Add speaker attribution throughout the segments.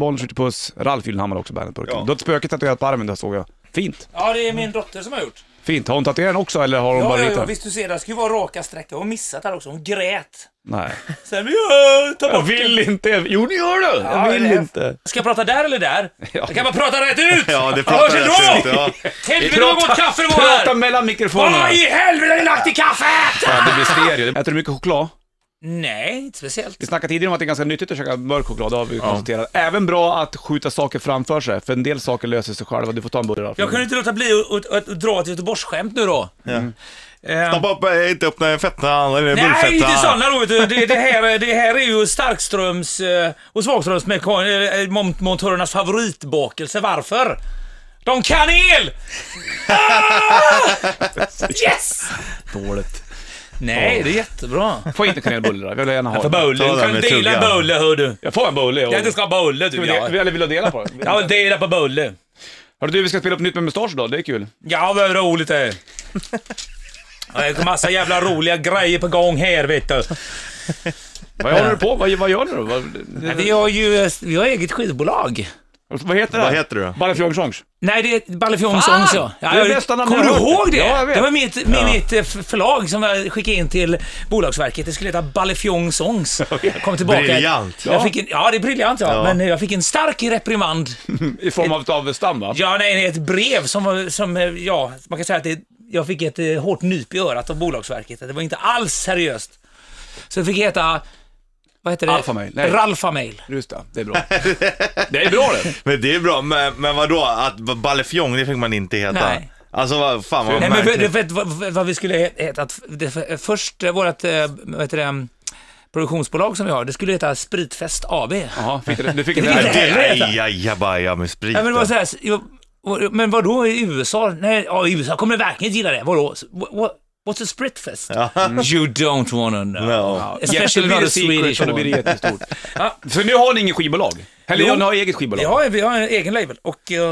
Speaker 1: Bollen skjuter puss. Ralf Gyllenhammar har också bandet på ryggen.
Speaker 2: Ja.
Speaker 1: Du har ett spöke tatuerat på armen där såg jag. Fint.
Speaker 3: Ja, det är min dotter som har gjort.
Speaker 1: Fint. Har hon tatuerat den också eller har hon
Speaker 3: Ja,
Speaker 1: bara
Speaker 3: ja,
Speaker 1: ritat?
Speaker 3: ja, visst du ser, det ska ju vara raka sträckor. Hon missat här också, hon grät.
Speaker 1: Nej.
Speaker 3: Sen, ja, ta
Speaker 1: Jag
Speaker 3: bort
Speaker 1: vill inte. Jo, det gör du!
Speaker 3: Ja,
Speaker 1: Jag vill
Speaker 3: det är-
Speaker 1: inte.
Speaker 3: Ska jag prata där eller där? Jag kan bara prata rätt ut!
Speaker 2: Ja, det
Speaker 3: Vad
Speaker 2: pratar
Speaker 3: hörs
Speaker 2: jag
Speaker 3: då?
Speaker 2: inte. Ja.
Speaker 3: Helvete vad gott kaffe det var
Speaker 1: Prata
Speaker 3: här!
Speaker 1: mellan mikrofonerna.
Speaker 3: Vad i helvete har ni lagt i kaffet?
Speaker 1: Fan, det blir stereo. Äter du mycket choklad?
Speaker 3: Nej, inte speciellt.
Speaker 1: Vi snackade tidigare om att det är ganska nyttigt att käka mörk choklad, det har vi konstaterat. Även bra att skjuta saker framför sig, för en del saker löser sig själva. Du får ta en burgare. Ralf.
Speaker 3: Jag kunde inte låta bli att, att, att, att dra ett Göteborgsskämt nu då. Ehm,
Speaker 2: Stoppa upp, eh, inte öppna en fetta eller bullfetta.
Speaker 3: Nej, inte sådana då vet du. Det, det, här, är- det här är ju Starkströms eh, och Svagströms mekan- eh, mont- montörernas favoritbakelse. Varför? De kan el! Ah! Yes!
Speaker 1: Dåligt.
Speaker 3: Nej, det är jättebra.
Speaker 1: Får inte kanelbullar, jag vill gärna ha
Speaker 3: För
Speaker 1: det.
Speaker 3: bulle,
Speaker 2: Ta
Speaker 3: du
Speaker 2: den
Speaker 3: kan
Speaker 2: med
Speaker 3: dela
Speaker 2: tuggan.
Speaker 3: bulle hör du.
Speaker 1: Jag får en bulle. Och...
Speaker 3: Jag inte ska ha bulle
Speaker 1: Ska
Speaker 3: du.
Speaker 1: vi de-
Speaker 3: Ja.
Speaker 1: Eller vill du dela på det?
Speaker 3: Jag vill dela på bulle.
Speaker 1: Hörru du, vi ska spela upp nytt med mustasch idag, det är kul.
Speaker 3: Ja, vad roligt det är. Det är massa jävla roliga grejer på gång här vet du.
Speaker 1: Vad håller du på Vad, vad gör du då? Vad,
Speaker 3: Nej, Vi har ju vi har eget skivbolag.
Speaker 1: vad heter det?
Speaker 2: Vad heter du då?
Speaker 1: Balle Fjong Songs.
Speaker 3: Nej, det är Balle Fjong Songs ja. ja
Speaker 1: Ah, Det är
Speaker 3: jag-
Speaker 1: bästa namn
Speaker 3: Kommer
Speaker 1: jag
Speaker 3: du
Speaker 1: har hört.
Speaker 3: ihåg det?
Speaker 1: Ja, jag vet.
Speaker 3: Det var mitt, med mitt eh, f- förlag som jag skickade in till Bolagsverket. Det skulle heta Balle Fjong Songs. Kom tillbaka.
Speaker 2: Briljant.
Speaker 3: Jag fick en, ja, det är briljant ja.
Speaker 2: Ja.
Speaker 3: Men eh, jag fick en stark reprimand.
Speaker 1: I form av, av stam va?
Speaker 3: Ja, nej, nej, ett brev som, var- som eh, ja, man kan säga att det, jag fick ett eh, hårt nyp i örat av Bolagsverket. Det var inte alls seriöst. Så det fick heta, vad heter det?
Speaker 1: Alfamail, nej.
Speaker 3: Ralfamail.
Speaker 1: Just det, det är bra. det är bra det.
Speaker 2: Men det är bra, men, men vadå? Att ballefjong, det fick man inte heta.
Speaker 3: Nej.
Speaker 2: Alltså vad fan vad
Speaker 3: Nej, men
Speaker 2: märkligt.
Speaker 3: vet, vet, vad, vad vi skulle heta? Att det, för- först eh, vårt eh, vad heter det, um, produktionsbolag som vi har, det skulle heta Spritfest AB.
Speaker 1: Jaha, fick du, du fick en
Speaker 3: Det fick jag.
Speaker 1: där.
Speaker 2: Det
Speaker 3: heller
Speaker 2: är
Speaker 3: heta.
Speaker 2: ajabaja med sprit.
Speaker 3: Ja, men det var så här, jag, och- men vadå i USA? Nej, ja, i USA kommer de verkligen gilla det. Vadå? What, what's a Spritfest? You don't wanna know.
Speaker 2: No.
Speaker 3: Especially not a Swedish
Speaker 1: och då blir det
Speaker 3: one.
Speaker 1: jättestort.
Speaker 3: Ja.
Speaker 1: Så nu har ni ingen skivbolag? Eller
Speaker 3: Jo.
Speaker 1: ni har eget skivbolag?
Speaker 3: Ja, vi har en egen label och... eh,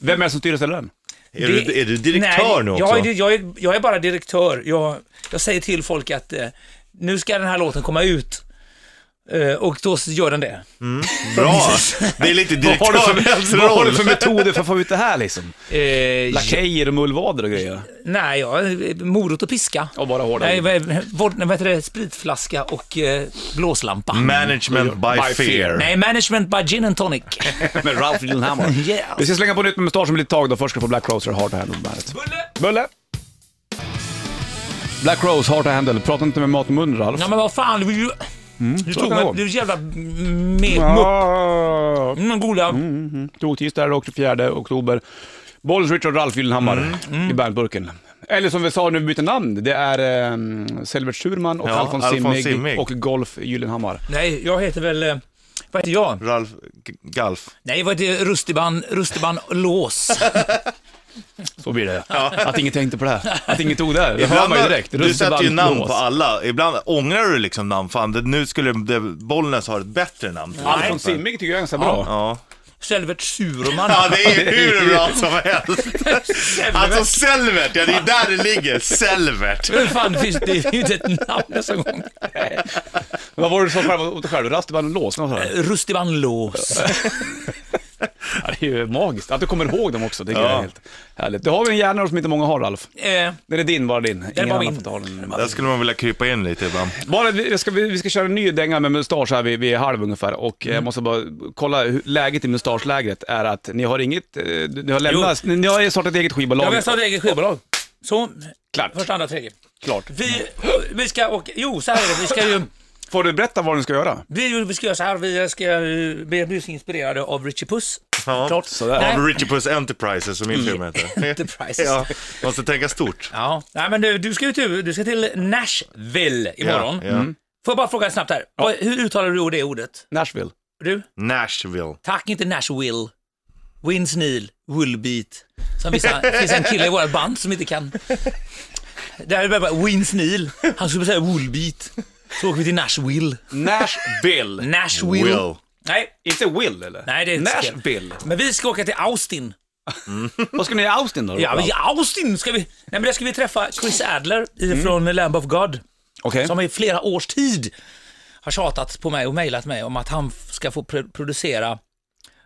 Speaker 1: Vem är det som styr och ställer den?
Speaker 2: Är, du, är du direktör
Speaker 3: nej,
Speaker 2: nu också?
Speaker 3: jag, är- jag, är, jag är bara direktör. Jag, jag säger till folk att eh, nu ska den här låten komma ut. Eh, och då gör den det.
Speaker 2: Bra! Det är lite
Speaker 1: Vad har, du
Speaker 2: direktörens
Speaker 1: för, vad har du
Speaker 2: roll.
Speaker 1: för metoder för att få ut det här liksom?
Speaker 3: Eh,
Speaker 1: Lakejer och mullvader och grejer.
Speaker 3: nej, ja, eh, morot och piska.
Speaker 1: Och bara hårda.
Speaker 3: Nej, vad, vad, vad heter det? Spritflaska och eh, blåslampa.
Speaker 2: Management by,
Speaker 1: By fear.
Speaker 2: fear.
Speaker 3: Nej, management by gin and tonic.
Speaker 1: Med Ralph Gyllenhammar.
Speaker 3: Yes.
Speaker 1: Vi ska slänga på nytt med mustasch om lite tag då. Först ska du få Black Rose och Hard Handle på bandet. Bulle! Black Rose, Hard Handle. Prata inte med mat och mun Ralf.
Speaker 3: Ja, men vad fan, du, du, du
Speaker 2: Mm.
Speaker 1: så
Speaker 3: tog
Speaker 1: kan det
Speaker 3: mig...
Speaker 1: gå.
Speaker 3: Du jävla... Med,
Speaker 1: Ah,
Speaker 3: mm, goda.
Speaker 1: Tog tisdag och 24 oktober. Bollens Richard Ralf Gyllenhammar
Speaker 2: Mm,
Speaker 1: i bandburken. Eller som vi sa nu vi byter namn, det är um, Selbert Schurman och
Speaker 2: Ja,
Speaker 1: Alfons
Speaker 2: Alfons
Speaker 1: Simmig,
Speaker 2: Simmig.
Speaker 1: och Golf Gyllenhammar.
Speaker 3: Nej, jag heter väl... eh, Vad heter jag?
Speaker 2: Ralf G- Galf.
Speaker 3: Nej, vad heter jag? Rustiban, Rustiban Lås.
Speaker 1: Så blir det Att ingen tänkte på det här. Att ingen tog det här. Det hör
Speaker 2: Ibland,
Speaker 1: man ju direkt.
Speaker 2: du sätter ju
Speaker 1: Rusterband
Speaker 2: namn
Speaker 1: Blås.
Speaker 2: på alla. Ibland ångrar du liksom namn. Fan, det, nu skulle det, Bollnäs ha ett bättre namn.
Speaker 1: Alfons Simmig tycker jag är ganska bra.
Speaker 2: Ja.
Speaker 3: Selvert Surman.
Speaker 2: ja, det är hur bra som helst. Alltså Selvert, ja det är där det ligger. Selvert.
Speaker 3: Hur fan finns det? Det är ju inte ett namn ens en gång.
Speaker 1: Vad var det du sa själv åt dig själv? Rasterband Lås? något sånt här.
Speaker 3: Rustiban Lås.
Speaker 1: Ja, det är ju magiskt. Att du kommer ihåg dem också, det tycker
Speaker 2: Ja.
Speaker 1: jag är helt härligt. Du har vi en hjärna som inte många har Ralf.
Speaker 3: Eh,
Speaker 1: Den är din, bara din. Ingen
Speaker 3: var
Speaker 1: annan
Speaker 3: min.
Speaker 1: får ta den.
Speaker 2: Där skulle man vilja krypa in lite ibland.
Speaker 1: Bara, vi, jag ska, vi, vi ska köra en ny dänga med mustasch här vid, vid halv ungefär och
Speaker 3: Mm.
Speaker 1: jag måste bara kolla hur läget i mustaschlägret är att ni har inget, eh, ni har lämnat, ni, ni har startat eget skivbolag.
Speaker 3: jag vill starta eget skivbolag. Så,
Speaker 1: Klart.
Speaker 3: första, andra, tredje.
Speaker 1: Klart.
Speaker 3: Vi, vi ska åka... Jo, så här är det. Vi ska ju...
Speaker 1: Får du berätta vad ni ska göra?
Speaker 3: Vi, vi ska göra så här. Vi ska... eh, Vi blir så inspirerade av Richie Puss.
Speaker 2: Ja.
Speaker 3: Klart. Mm.
Speaker 1: sådär.
Speaker 2: Av Richie Puss Enterprises som min film heter.
Speaker 3: Enterprises.
Speaker 2: Ja, måste tänka stort.
Speaker 3: Ja, nej men du, du ska ju till, du ska till Nashville imorgon.
Speaker 2: Ja, ja.
Speaker 3: Får jag bara fråga snabbt här, Vad- hur uttalar du det ordet?
Speaker 1: Nashville.
Speaker 3: Du?
Speaker 2: Nashville.
Speaker 3: Tack, inte Nashville. Wins Neil, Woolbeat. Som vissa, det finns en kille i vårt band som inte kan. Det här är bara Wins Neil. Han skulle säga Woolbeat. Så åker vi till Nashville.
Speaker 1: Nashville.
Speaker 3: Nashville.
Speaker 2: Will.
Speaker 3: Nej,
Speaker 1: Inte Will eller?
Speaker 3: nej det är inte så kul.
Speaker 1: Nashville.
Speaker 3: Men vi ska åka till Austin.
Speaker 1: Vad ska ni i Austin då?
Speaker 3: Ja,
Speaker 1: Ralf?
Speaker 3: men i Austin ska vi... Nej, men där ska vi träffa Chris Adler från Lamb of God.
Speaker 1: Okej.
Speaker 3: som i flera års tid har tjatat på mig och mejlat mig om att han f- ska få pr- producera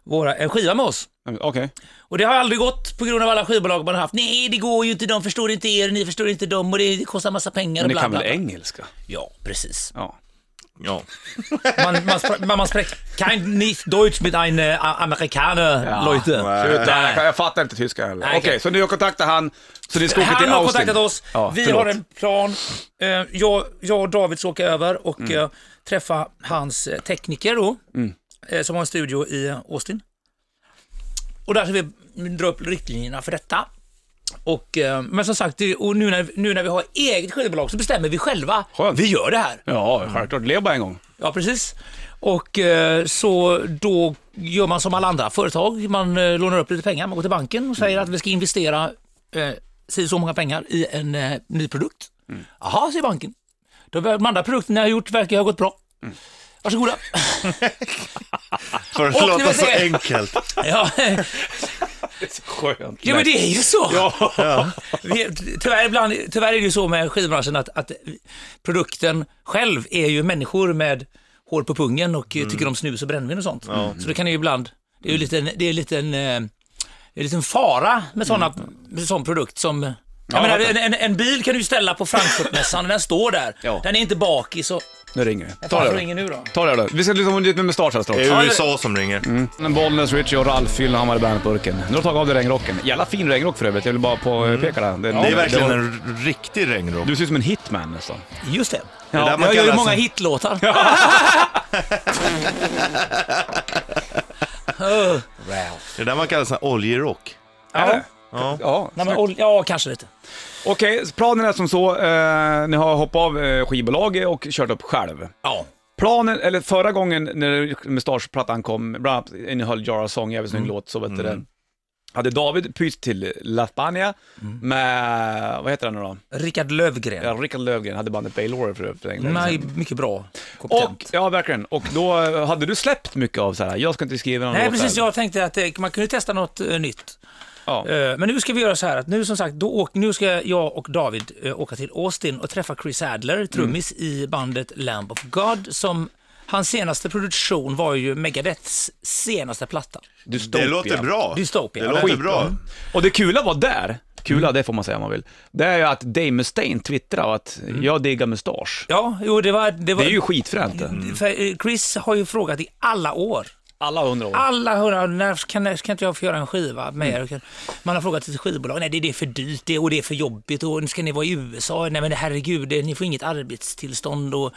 Speaker 3: våra, en skiva med oss.
Speaker 1: Okej.
Speaker 3: Och det har aldrig gått på grund av alla skivbolag man har haft. Nej, det går ju inte, de förstår inte er, ni förstår inte dem och det det kostar massa pengar
Speaker 1: Men
Speaker 3: och
Speaker 1: ni
Speaker 3: bla,
Speaker 1: kan
Speaker 3: bla,
Speaker 1: väl
Speaker 3: bla.
Speaker 1: engelska?
Speaker 3: Ja, precis.
Speaker 1: Ja.
Speaker 2: Ja.
Speaker 3: Man, man, spr- man, man spräcker kein nicht Deutsch mit ein äh, Amerikaner, Leute.
Speaker 1: Sluta,
Speaker 3: Nej.
Speaker 1: jag, kan- jag fattar inte tyska heller.
Speaker 3: Nej,
Speaker 1: Okej,
Speaker 3: okej.
Speaker 1: så ni har kontaktat han, så ni ska åka
Speaker 3: Han
Speaker 1: till
Speaker 3: har
Speaker 1: Austin?
Speaker 3: kontaktat oss.
Speaker 1: Ja,
Speaker 3: vi
Speaker 1: förlåt.
Speaker 3: har en plan. Eh, Jag, jag och David ska åka över och
Speaker 1: Mm.
Speaker 3: eh, träffa hans eh, tekniker då, eh, som har en studio i eh, Austin. Och där ska vi dra upp riktlinjerna för detta. Och, eh, men som sagt, det- och nu, när, nu när vi har eget skivbolag så bestämmer vi själva.
Speaker 1: Skönt.
Speaker 3: Vi gör det här.
Speaker 1: Ja, självklart. Lev bara en gång.
Speaker 3: Ja, precis. Och eh, så då gör man som alla andra företag. Man eh, lånar upp lite pengar, man går till banken och säger att vi ska investera eh, si så många pengar i en eh, ny produkt. Jaha, säger banken. De de andra produkterna jag har gjort verkar ha gått bra. Varsågoda.
Speaker 2: För att
Speaker 3: Och nu
Speaker 2: låta så
Speaker 3: säger-
Speaker 2: enkelt.
Speaker 3: ja, eh,
Speaker 1: Skönt.
Speaker 3: ja, men det är ju så.
Speaker 2: Ja.
Speaker 3: Vi, tyvärr, ibland, tyvärr är det ju så med skivbranschen att, att produkten själv är ju människor med hår på pungen och
Speaker 1: Mm.
Speaker 3: eh, tycker om snus och brännvin och sånt. Så det kan ju ibland, det är ju lite, en- det är lite en, eh, det är en liten fara med, såna,
Speaker 1: Mm.
Speaker 3: med sån produkt som jag menar,
Speaker 1: fattar.
Speaker 3: en, en, en bil kan du ju ställa på Frankfurtmässan och den står där.
Speaker 1: Ja.
Speaker 3: Den är inte bakis och...
Speaker 1: Nu ringer det.
Speaker 3: Fan,
Speaker 1: Ta det
Speaker 3: ringer
Speaker 1: då.
Speaker 3: nu då?
Speaker 1: Ta det då. Vi ska lyssna på nytt med Mustasch här
Speaker 2: Det
Speaker 1: strax.
Speaker 2: är USA som ringer.
Speaker 1: Bollnäs, Richie och Ralf Fyllhammar i Bandetburken. Nu har du tagit av dig regnrocken. Jävla fin regnrock för övrigt. Jag vill bara påpeka det.
Speaker 2: Mm. Det är verkligen
Speaker 1: det var-
Speaker 2: en r- riktig regnrock.
Speaker 1: Du ser ut som en hitman nästan.
Speaker 3: Just det.
Speaker 1: Ja,
Speaker 2: där man
Speaker 3: Jag gör ju
Speaker 2: kallar
Speaker 3: många
Speaker 2: sig-
Speaker 3: hitlåtar.
Speaker 2: Det är där man kallar sån här oljerock.
Speaker 3: Ja,
Speaker 2: Ja.
Speaker 1: Ja,
Speaker 3: nej, men, ol- ja, kanske lite.
Speaker 1: Okej, så planen är som så. Eh, ni har hoppat av eh, skivbolaget och kört upp själv.
Speaker 3: Ja.
Speaker 1: Planen, eller förra gången när Mustaschplattan kom, bland annat en höll Jara Song, jävligt
Speaker 3: Mm.
Speaker 1: snygg låt, så vet du det. Hade David pyst till Latbania
Speaker 3: Mm.
Speaker 1: med, vad heter han nu då?
Speaker 3: Rickard Lövgren.
Speaker 1: Ja, Rickard Löfgren hade bandet Baylor för, för en gång
Speaker 3: Nej,
Speaker 1: sedan.
Speaker 3: mycket bra. Kompetent.
Speaker 1: Och, ja verkligen. Och då eh, hade du släppt mycket av så här. jag ska inte skriva någon
Speaker 3: Nej,
Speaker 1: låt
Speaker 3: precis.
Speaker 1: själv.
Speaker 3: Jag tänkte att eh, man kunde testa något eh, nytt.
Speaker 1: Ja.
Speaker 3: Eh, men nu ska vi göra så här att nu som sagt, då åk, nu ska jag och David eh, åka till Austin och träffa Chris Adler, trummis i bandet Lamb of God, som hans senaste produktion var ju Megadeths senaste platta,
Speaker 1: Dystopia.
Speaker 2: Det låter bra.
Speaker 3: Dystopia.
Speaker 2: Det
Speaker 3: Ja,
Speaker 2: låter
Speaker 1: skit.
Speaker 2: bra.
Speaker 1: Och det kula var där, kula
Speaker 3: Mm.
Speaker 1: det får man säga om man vill, det är ju att Dave Mustaine twittrade att
Speaker 3: Mm.
Speaker 1: jag diggar mustasch.
Speaker 3: Ja, jo, det var... Det, var
Speaker 1: Det är ju skitfränt det.
Speaker 3: för, eh, Chris har ju frågat i alla år.
Speaker 1: Alla hundra år.
Speaker 3: Alla hörde, när kan, när kan inte jag få göra en skiva med
Speaker 1: Mm.
Speaker 3: er? Man har frågat till skivbolag, nej det, det är för dyrt det, och det är för jobbigt och nu ska ni vara i USA, nej men herregud, det, ni får inget arbetstillstånd och, och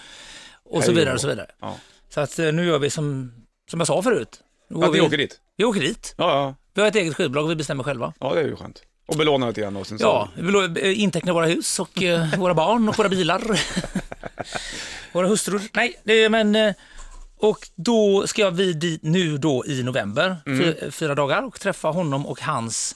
Speaker 3: så
Speaker 1: Herregud.
Speaker 3: vidare och så vidare.
Speaker 1: Ja.
Speaker 3: Så att eh, nu gör vi som, som jag sa förut. Nu går
Speaker 1: Att vi åker dit?
Speaker 3: Vi åker dit.
Speaker 1: Ja, ja.
Speaker 3: Vi har ett eget skivbolag och vi bestämmer själva.
Speaker 1: Ja, det är ju skönt. Och belåna lite grann och sen så...
Speaker 3: Ja, vi vill eh, inteckna våra hus och eh, våra barn och våra bilar. våra hustrur. Nej, det, men... eh, Och då ska vi dit nu då i november,
Speaker 1: Mm.
Speaker 3: fy- eh, fyra dagar, och träffa honom och hans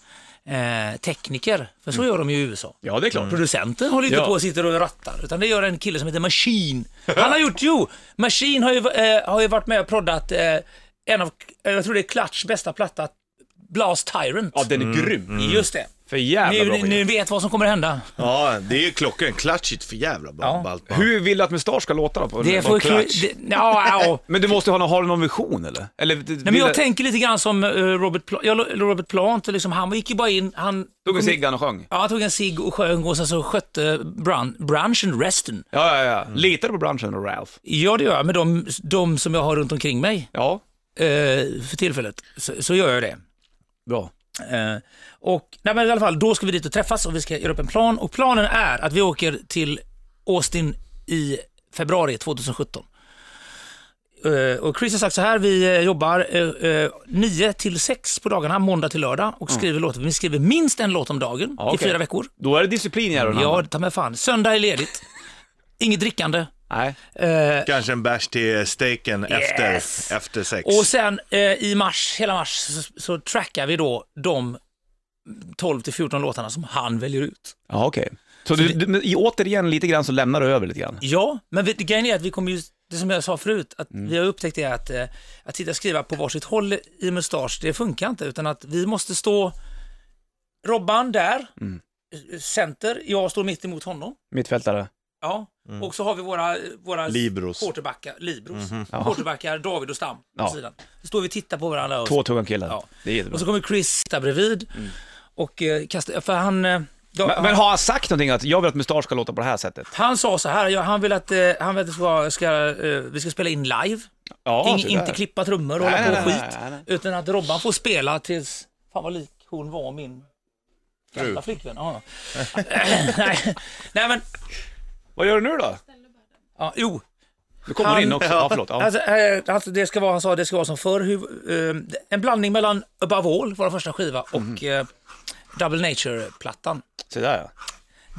Speaker 3: eh, tekniker. För så gör de ju i USA.
Speaker 1: Mm. Ja, det är klart.
Speaker 3: Producenten håller inte
Speaker 1: Ja.
Speaker 3: på och sitter och rattar, utan det gör en kille som heter Machine. Han har gjort, jo, Machine har ju, eh, har ju varit med och proddat eh, en av, eh, jag tror det är Clutch bästa platta, Blast Tyrant.
Speaker 1: Ja, Mm. den är grym.
Speaker 3: Just det.
Speaker 1: För jävla bra
Speaker 3: Ni,
Speaker 1: skiva.
Speaker 3: ni vet vad som kommer hända.
Speaker 2: Ja, det är ju klockan. Klatschigt för jävla
Speaker 3: Ja.
Speaker 2: ballt. band.
Speaker 1: Hur vill du att Mustasch ska låta då? På
Speaker 3: Det får
Speaker 2: Clutch.
Speaker 3: det, ja, ja.
Speaker 1: Men du måste ha någon, har du någon vision eller? eller Nej,
Speaker 3: Nej, men jag tänker lite grann som eh, Robert, Pla- ja, Robert Plant. Liksom, han gick ju bara in, han,
Speaker 1: Tog en cigg han och sjöng?
Speaker 3: ja, han tog en cigg och sjöng och sen så skötte bran, branschen resten.
Speaker 1: Ja, ja, ja. Litar du på branschen och Ralph?
Speaker 3: Ja, det gör jag med de, de som jag har runt omkring mig
Speaker 1: Ja,
Speaker 3: eh, för tillfället. Så, så gör jag det.
Speaker 1: bra.
Speaker 3: Eh, och, nej, men i alla fall, då ska vi dit och träffas och vi ska göra upp en plan. Och planen är att vi åker till Austin i februari 2017. Eh, och Chris har sagt så här, vi eh, jobbar 9 till 6 på dagarna, måndag till lördag och skriver låtar. Vi skriver minst en låt om dagen
Speaker 1: Ja, okej.
Speaker 3: i fyra veckor.
Speaker 1: Då är det disciplin i Aron
Speaker 3: Ja,
Speaker 1: ja.
Speaker 3: ta mig fan. Söndag är ledigt. Inget drickande.
Speaker 1: Nej.
Speaker 3: Eh,
Speaker 2: Kanske en bärs till steaken efter,
Speaker 3: Yes.
Speaker 2: efter sex.
Speaker 3: Och sen eh, i mars, hela mars, så, så trackar vi då de 12 till 14 låtarna som han väljer ut.
Speaker 1: Ja, okej. Så du, du, men i- återigen lite grann så lämnar du över lite grann?
Speaker 3: Ja, men vi, grejen är att vi kommer ju, det som jag sa förut, att
Speaker 1: Mm.
Speaker 3: vi har upptäckt det att, eh, att sitta och skriva på varsitt håll i mustasch, det funkar inte, utan att vi måste stå
Speaker 1: Mm.
Speaker 3: Robban där, center, jag står mitt emot honom.
Speaker 1: Mittfältare?
Speaker 3: Ja. Och så har vi våra, våra
Speaker 2: Libros.
Speaker 3: quarterbackar, Libros. Quarterbackar David och Stam på
Speaker 1: Mhm. Ja.
Speaker 3: sidan. Så står vi och tittar på varandra. Och,
Speaker 1: Två tunga killar.
Speaker 3: Ja.
Speaker 1: Det är jättebra. Mm.
Speaker 3: och så kommer Chris sitta bredvid och eh, kasta, för han... eh, ja,
Speaker 1: Men,
Speaker 3: han-
Speaker 1: men har han sagt någonting att jag vill att mustasch ska låta på det här sättet?
Speaker 3: Han sa så här, ja, han vill att, eh, han vill att det ska, ska, eh, vi ska spela in live.
Speaker 1: Ja,
Speaker 3: Ing, inte klippa trummor och
Speaker 1: Nej,
Speaker 3: hålla på
Speaker 1: nej,
Speaker 3: och
Speaker 1: nej,
Speaker 3: skit.
Speaker 1: nej, nej.
Speaker 3: Utan att Robban får spela tills, fan vad lik hon var min gamla flickvän. Ja. nej, nej men,
Speaker 1: Vad gör du nu då?
Speaker 3: ja, jo.
Speaker 1: Du kommer
Speaker 3: Han-
Speaker 1: in också. Ja, förlåt. Ja.
Speaker 3: Alltså, eh, alltså, det ska vara, han sa det ska vara som förr. Hur, eh, en blandning mellan Above All, vår första skiva, och
Speaker 1: Mhm.
Speaker 3: eh, Double Nature-plattan.
Speaker 1: Se där ja.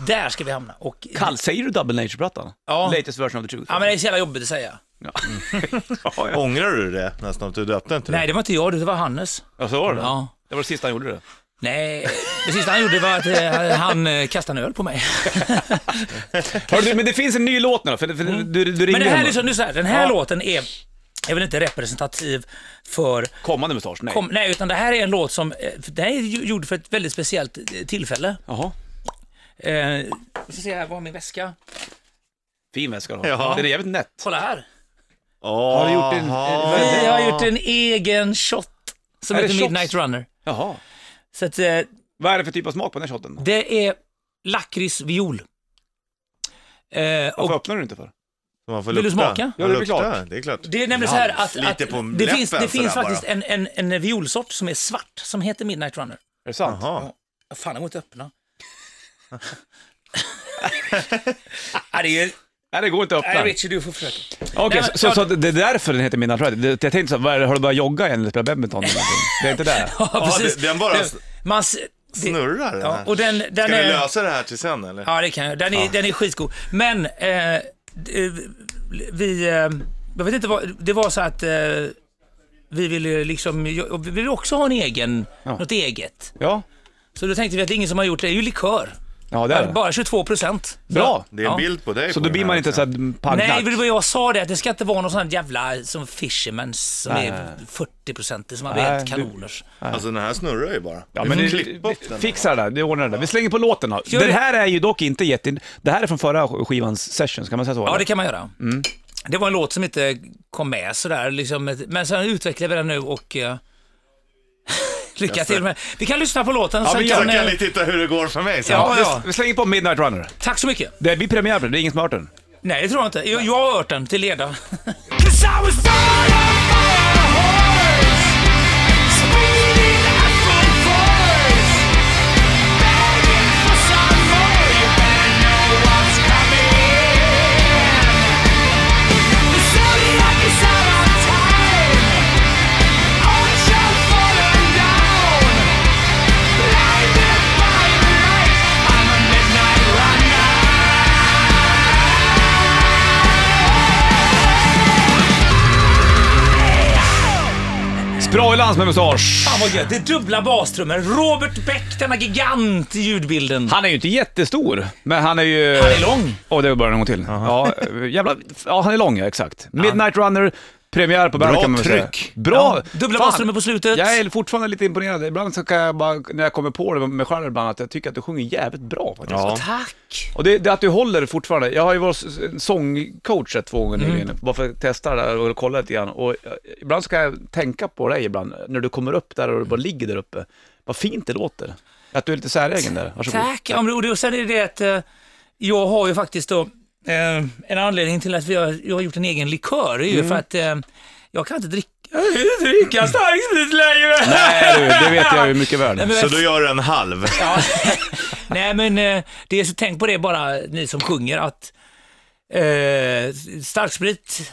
Speaker 3: Där ska vi hamna. Och,
Speaker 1: Kall, säger du Double Nature-plattan?
Speaker 3: Ja.
Speaker 1: Latest version of the truth.
Speaker 3: Ja, men det är så jävla jobbigt att säga.
Speaker 1: Ja. ja, ja.
Speaker 2: Ångrar du det nästan att du döpte inte
Speaker 3: Nej, det var inte jag, det var Hannes.
Speaker 1: ja, så var det.
Speaker 3: Ja.
Speaker 1: Det var det sista han gjorde det.
Speaker 3: Nej, det sista han gjorde var att eh, han eh, kastade en öl på mig.
Speaker 1: Hörru, du, men det finns en ny låt nu då, för, för du, du ringde
Speaker 3: Men det här,
Speaker 1: honom.
Speaker 3: liksom, nu så här, den här
Speaker 1: Ja.
Speaker 3: låten är, är väl inte representativ för...
Speaker 1: Kommande mustasch? Nej.
Speaker 3: Kom, nej, utan det här är en låt som... eh, för- Den här är ju gjord för ett väldigt speciellt eh, tillfälle.
Speaker 1: Jaha.
Speaker 3: Eh, vi ska se här, var har min väska?
Speaker 1: Fin väska du har.
Speaker 2: Ja.
Speaker 1: Den är jävligt nätt.
Speaker 3: Kolla här.
Speaker 1: Har du gjort en-
Speaker 2: Jaha.
Speaker 3: Vi har gjort en egen shot som
Speaker 1: Är det
Speaker 3: heter
Speaker 1: shots?
Speaker 3: Midnight Runner.
Speaker 1: Jaha.
Speaker 3: Så att, eh,
Speaker 1: Vad är det för typ av smak på den här shotten?
Speaker 3: det är lakritsviol. Eh, och
Speaker 1: Varför öppnar du inte för?
Speaker 2: Man får
Speaker 3: Vill du
Speaker 2: lukta.
Speaker 3: smaka?
Speaker 1: Ja, det är
Speaker 2: Lukta,
Speaker 1: klart.
Speaker 2: Det är klart.
Speaker 3: Det är nämligen så här att,
Speaker 2: lite
Speaker 3: att
Speaker 2: på
Speaker 3: det
Speaker 2: läppen
Speaker 3: finns, det finns
Speaker 2: sådär
Speaker 3: faktiskt en, en, en violsort som är svart som heter Midnight Runner.
Speaker 1: Är det sant?
Speaker 2: Jaha.
Speaker 3: Ja, Fan, den går inte att öppna. ja, det är ju...
Speaker 1: Nej, det går inte att öppna.
Speaker 3: Nej,
Speaker 1: Okej,
Speaker 3: Richard, du får försöka. Nej, men-
Speaker 1: så, så det är därför den heter Midnight Ride. Det- Jag tänkte så här, vad är det, har du börjat jogga igen eller spela badminton eller någonting? Det är inte det?
Speaker 3: Ja, precis.
Speaker 2: det- den bara
Speaker 3: Det- man, s- det,
Speaker 2: Snurrar den
Speaker 3: ja,
Speaker 2: här.
Speaker 3: och den, den
Speaker 2: Ska vi
Speaker 3: är,
Speaker 2: lösa det här till sen eller?
Speaker 3: Ja, det kan jag. Den är, den är skitgod. Men, eh, d- eh, vi... Eh, jag vet inte vad... Det var så att eh, vi ville liksom... jag- Vi ville också ha en egen,
Speaker 1: Ja.
Speaker 3: något eget.
Speaker 1: Ja,
Speaker 3: Så då tänkte vi att det är ingen som har gjort det. Det är ju likör.
Speaker 1: ja det är det.
Speaker 3: Bara 22 procent.
Speaker 1: Bra!
Speaker 2: Det är en
Speaker 3: Ja.
Speaker 2: bild på dig
Speaker 1: Så
Speaker 2: på
Speaker 1: då
Speaker 2: den
Speaker 1: blir
Speaker 2: här
Speaker 1: man inte
Speaker 2: också.
Speaker 1: så här
Speaker 3: Nej,
Speaker 1: pangnack.
Speaker 3: det var jag sa det, att det ska inte vara någon sån här jävla som Fishermans som
Speaker 1: Nej.
Speaker 3: är 40 procent som har
Speaker 1: Nej, du-
Speaker 3: blivit kanoners.
Speaker 2: Alltså den här snurrar ju bara.
Speaker 1: Ja,
Speaker 2: du
Speaker 1: men
Speaker 2: får
Speaker 1: det,
Speaker 2: klippa upp den.
Speaker 1: fixa det där, det ordnar det där. Vi slänger på låten då.
Speaker 3: Gör
Speaker 1: Den
Speaker 3: det.
Speaker 1: här är ju dock inte jätte... Det här är från förra skivans session, kan man säga så?
Speaker 3: Ja,
Speaker 1: eller?
Speaker 3: det kan man göra. Det var en låt som inte kom med sådär, liksom, men sen utvecklade vi den nu och eh, lycka till med Vi kan lyssna på låten.
Speaker 1: Ja,
Speaker 3: sen
Speaker 1: vi
Speaker 2: Så
Speaker 3: kan,
Speaker 2: kan
Speaker 3: eh,
Speaker 2: ni titta hur det går för mig sen.
Speaker 3: Ja,
Speaker 1: Vi-
Speaker 3: ja.
Speaker 1: Vi slänger på Midnight Runner.
Speaker 3: Tack så mycket.
Speaker 1: Det blir premiär på det, det är ingen som har hört den.
Speaker 3: Nej, det tror jag inte. Jag, jag har hört den till leda.
Speaker 4: 'Cause I was born a fire horse, speeding at full force, begging for some more. You better know what's coming. The zodiac is out on time, all just falling down, blinded by the light. I'm a midnight
Speaker 1: Sproilans med mustasch.
Speaker 3: Fan vad gött. Det är dubbla bastrummor. Robert Beck, denna gigant i ljudbilden.
Speaker 1: Han är ju inte jättestor, men han är ju...
Speaker 3: Han är lång.
Speaker 1: Åh, det var bara en gång till. Ja, jävla... ja, han är lång, ja, exakt. Midnight Runner, premiär på Bandcamp. kan man väl säga.
Speaker 2: tryck.
Speaker 1: Bra!
Speaker 3: Ja, dubbla
Speaker 1: Fan.
Speaker 3: bastrummor på slutet.
Speaker 1: Jag är fortfarande lite imponerad. Ibland så kan jag bara, när jag kommer på det med själv ibland, att jag tycker att du sjunger jävligt bra faktiskt.
Speaker 2: Ja.
Speaker 3: Tack.
Speaker 1: Och det, det att du håller fortfarande. Jag har ju varit s- en sångcoach ett två gånger nyligen, bara för att testa det där och kolla lite grann. Och eh, ibland ska jag tänka på dig ibland, när du kommer upp där och du bara ligger där uppe. Vad fint det låter. Att du är lite säregen där. Varsågod.
Speaker 3: Tack. Ja, men, och det- och sen är det att eh, jag har ju faktiskt då, eh, en anledning till att vi har, jag har gjort en egen likör är ju för att eh, jag kan inte dricka, jag kan inte dricka starksprit längre.
Speaker 1: Nej du, det vet jag ju mycket väl.
Speaker 3: Nej, men,
Speaker 2: Så du gör en halv.
Speaker 3: ja. Nej, men eh, det är så, tänk på det bara ni som sjunger att eh, starksprit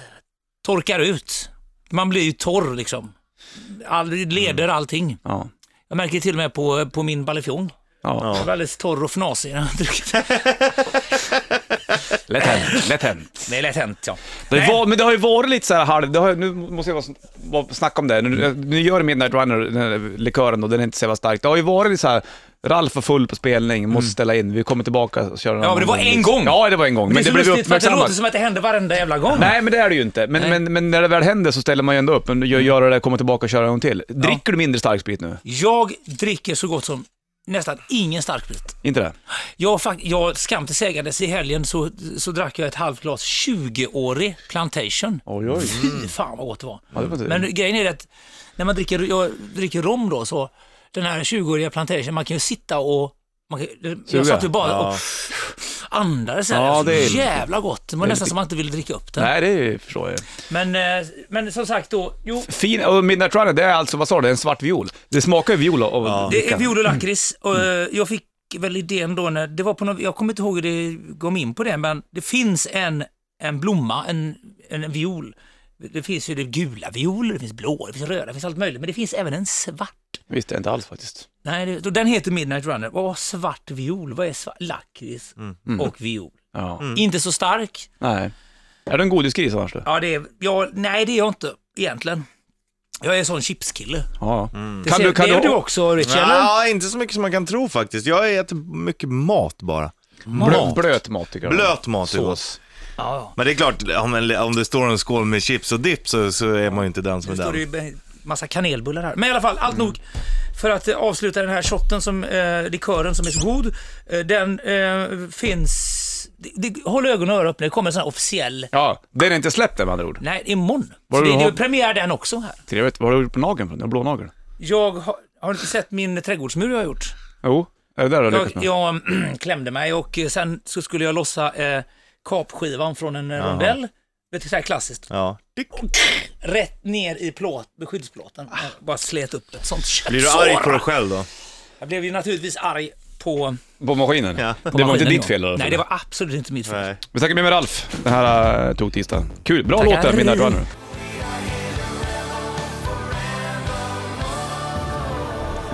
Speaker 3: torkar ut. Man blir ju torr liksom. All, leder allting.
Speaker 1: Ja.
Speaker 3: Jag märker till och med på, på min ballefjong.
Speaker 1: Ja.
Speaker 3: Jag var alldeles torr och fnasig när jag hade druckit.
Speaker 1: Lätt hänt, lätt hänt.
Speaker 3: Det är lätt hänt, ja.
Speaker 1: Det
Speaker 3: Nej.
Speaker 1: var, men det har ju varit lite så här halv, det har, ju- nu måste jag vara- vara, snacka om det.
Speaker 3: Mm.
Speaker 1: Nu, nu gör du Midnight Runner, den här likören och den är inte så jävla stark. Det har ju varit lite så här, Ralf var full på spelning, måste ställa in, vi kommer tillbaka och kör en
Speaker 3: Mm. Ja, men det
Speaker 1: annan
Speaker 3: var en
Speaker 1: liksom.
Speaker 3: gång.
Speaker 1: Ja, det var en gång, men det,
Speaker 3: är så
Speaker 1: blev ju
Speaker 3: lustigt, för att Det
Speaker 1: uppmärksammat.
Speaker 3: låter som att det händer varenda jävla gång.
Speaker 1: Nej, men det är det ju inte. Men, men, men när det väl händer så ställer man ju ändå upp,
Speaker 3: Mm.
Speaker 1: men gör, gör det, där, kommer tillbaka och kör en gång till. Dricker du mindre starksprit nu?
Speaker 3: Jag dricker så gott som nästan ingen starksprit.
Speaker 1: Inte det?
Speaker 3: Jag, fak- jag skam till sägandes i helgen så, så drack jag ett halvt glas 20-årig plantation.
Speaker 1: Oj, oj.
Speaker 3: Fy fan vad gott det var.
Speaker 1: Mm. det var inte-
Speaker 3: Men grejen är att när man dricker, jag dricker rom då, så den här 20-åriga plantation, man kan ju sitta och man kan,
Speaker 1: Suga.
Speaker 3: jag satt ju bara och
Speaker 2: Ja.
Speaker 3: andades här.
Speaker 1: Ja,
Speaker 3: Ja,
Speaker 1: det är lite-
Speaker 3: jävla gott. Det var nästan som man inte ville dricka upp den.
Speaker 1: Nej, det förstår jag.
Speaker 3: Men, eh, men som sagt då, jo,
Speaker 1: Fin, och Midnight Runner, det är alltså, vad sa du, en svart viol? Det smakar ju viol av att
Speaker 3: Det
Speaker 1: dricka.
Speaker 3: är viol och lakrits. Och, eh, Jag fick väl idén då när, det var på någon, jag kommer inte ihåg hur det kom in på det, men det finns en, en blomma, en, en viol. Det finns ju det gula violer, det finns blå, det finns röda, det finns allt möjligt, men det finns även en svart.
Speaker 1: Visste jag inte alls faktiskt.
Speaker 3: Nej, det, och den heter Midnight Runner. Vad svart viol? Vad är svart? Lakrits och viol.
Speaker 1: Ja.
Speaker 3: Inte så stark.
Speaker 1: Nej. Är du en godisgris annars du?
Speaker 3: Ja, det är, ja, nej, det är jag inte egentligen. Jag är en sån chipskille.
Speaker 1: Ja.
Speaker 2: Mm.
Speaker 3: Det, ser, det är du också, Richard? eller?
Speaker 2: Ja, inte så mycket som man kan tro faktiskt. Jag äter mycket mat bara.
Speaker 1: Blöt, blöt mat tycker jag.
Speaker 2: Blöt mat är gott.
Speaker 1: Sås.
Speaker 3: Ja, ja.
Speaker 2: Men det är klart, om, en, om det står en skål med chips och dipp så, så är man ju inte den som är
Speaker 3: Nu står det
Speaker 2: den. Mm.
Speaker 3: ju en massa kanelbullar här. Men i alla fall, allt nog. För att eh, avsluta den här shotten, som, eh, likören som är så god. Eh, den eh, finns... Det, det, håll ögon och öron öppna, det kommer en sån här officiell...
Speaker 1: Ja, den är inte släppt än med andra ord.
Speaker 3: Nej, imorgon.
Speaker 1: Vad
Speaker 3: Så
Speaker 1: du
Speaker 3: det, det
Speaker 1: har-
Speaker 3: är premiär den också här.
Speaker 1: Trevligt. Vad har du gjort på nageln för? Den blå nageln?
Speaker 3: Jag har, har du inte sett min trädgårdsmur jag har gjort?
Speaker 1: Jo, är det där du har lyckats
Speaker 3: Jag,
Speaker 1: med?
Speaker 3: jag klämde mig och eh, sen så skulle jag lossa eh, kapskivan från en eh, rondell. Vet du, så här klassiskt.
Speaker 2: Ja. Dick.
Speaker 3: Rätt ner i plåt, skyddsplåten. Jag bara slet upp ett sånt köttsår.
Speaker 2: Ah. Blir du arg på dig själv då?
Speaker 3: Jag blev ju naturligtvis arg på...
Speaker 1: På maskinen?
Speaker 2: Ja.
Speaker 1: Det
Speaker 2: På
Speaker 1: var inte
Speaker 3: maskinen
Speaker 1: ditt
Speaker 3: då.
Speaker 1: fel eller?
Speaker 3: Nej, det var absolut inte mitt fel.
Speaker 2: Nej.
Speaker 1: Vi snackar mer med Ralf den här uh, tog-tisdagen. Kul, bra
Speaker 3: Tackar.
Speaker 1: låt där, Midnight Runner.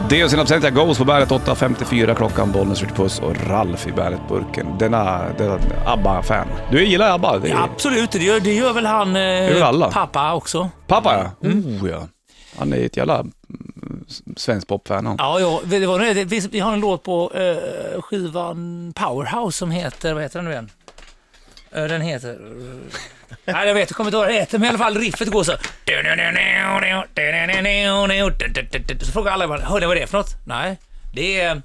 Speaker 1: Deus in absentia Ghost på Bandet 8.54 klockan, Bollnäs Ritchie Puss och Ralf i Bandet-burken. Denna, denna ABBA-fan. Du gillar ABBA? Det är,
Speaker 3: Absolut, det gör, det gör väl han eh,
Speaker 1: väl alla.
Speaker 3: pappa också.
Speaker 1: Pappa ja.
Speaker 3: Mm.
Speaker 1: Oh, ja. Han är ett jävla mm, s- svensk popfan han.
Speaker 3: Ja, ja det var, det finns, vi har en låt på eh, skivan Powerhouse som heter, vad heter den nu igen? Eh, den heter... Nej, jag vet, jag kommer inte ihåg vad den heter, men i alla fall riffet går så. Så frågar alla, bara, hörde ni vad det är för något? Nej, det är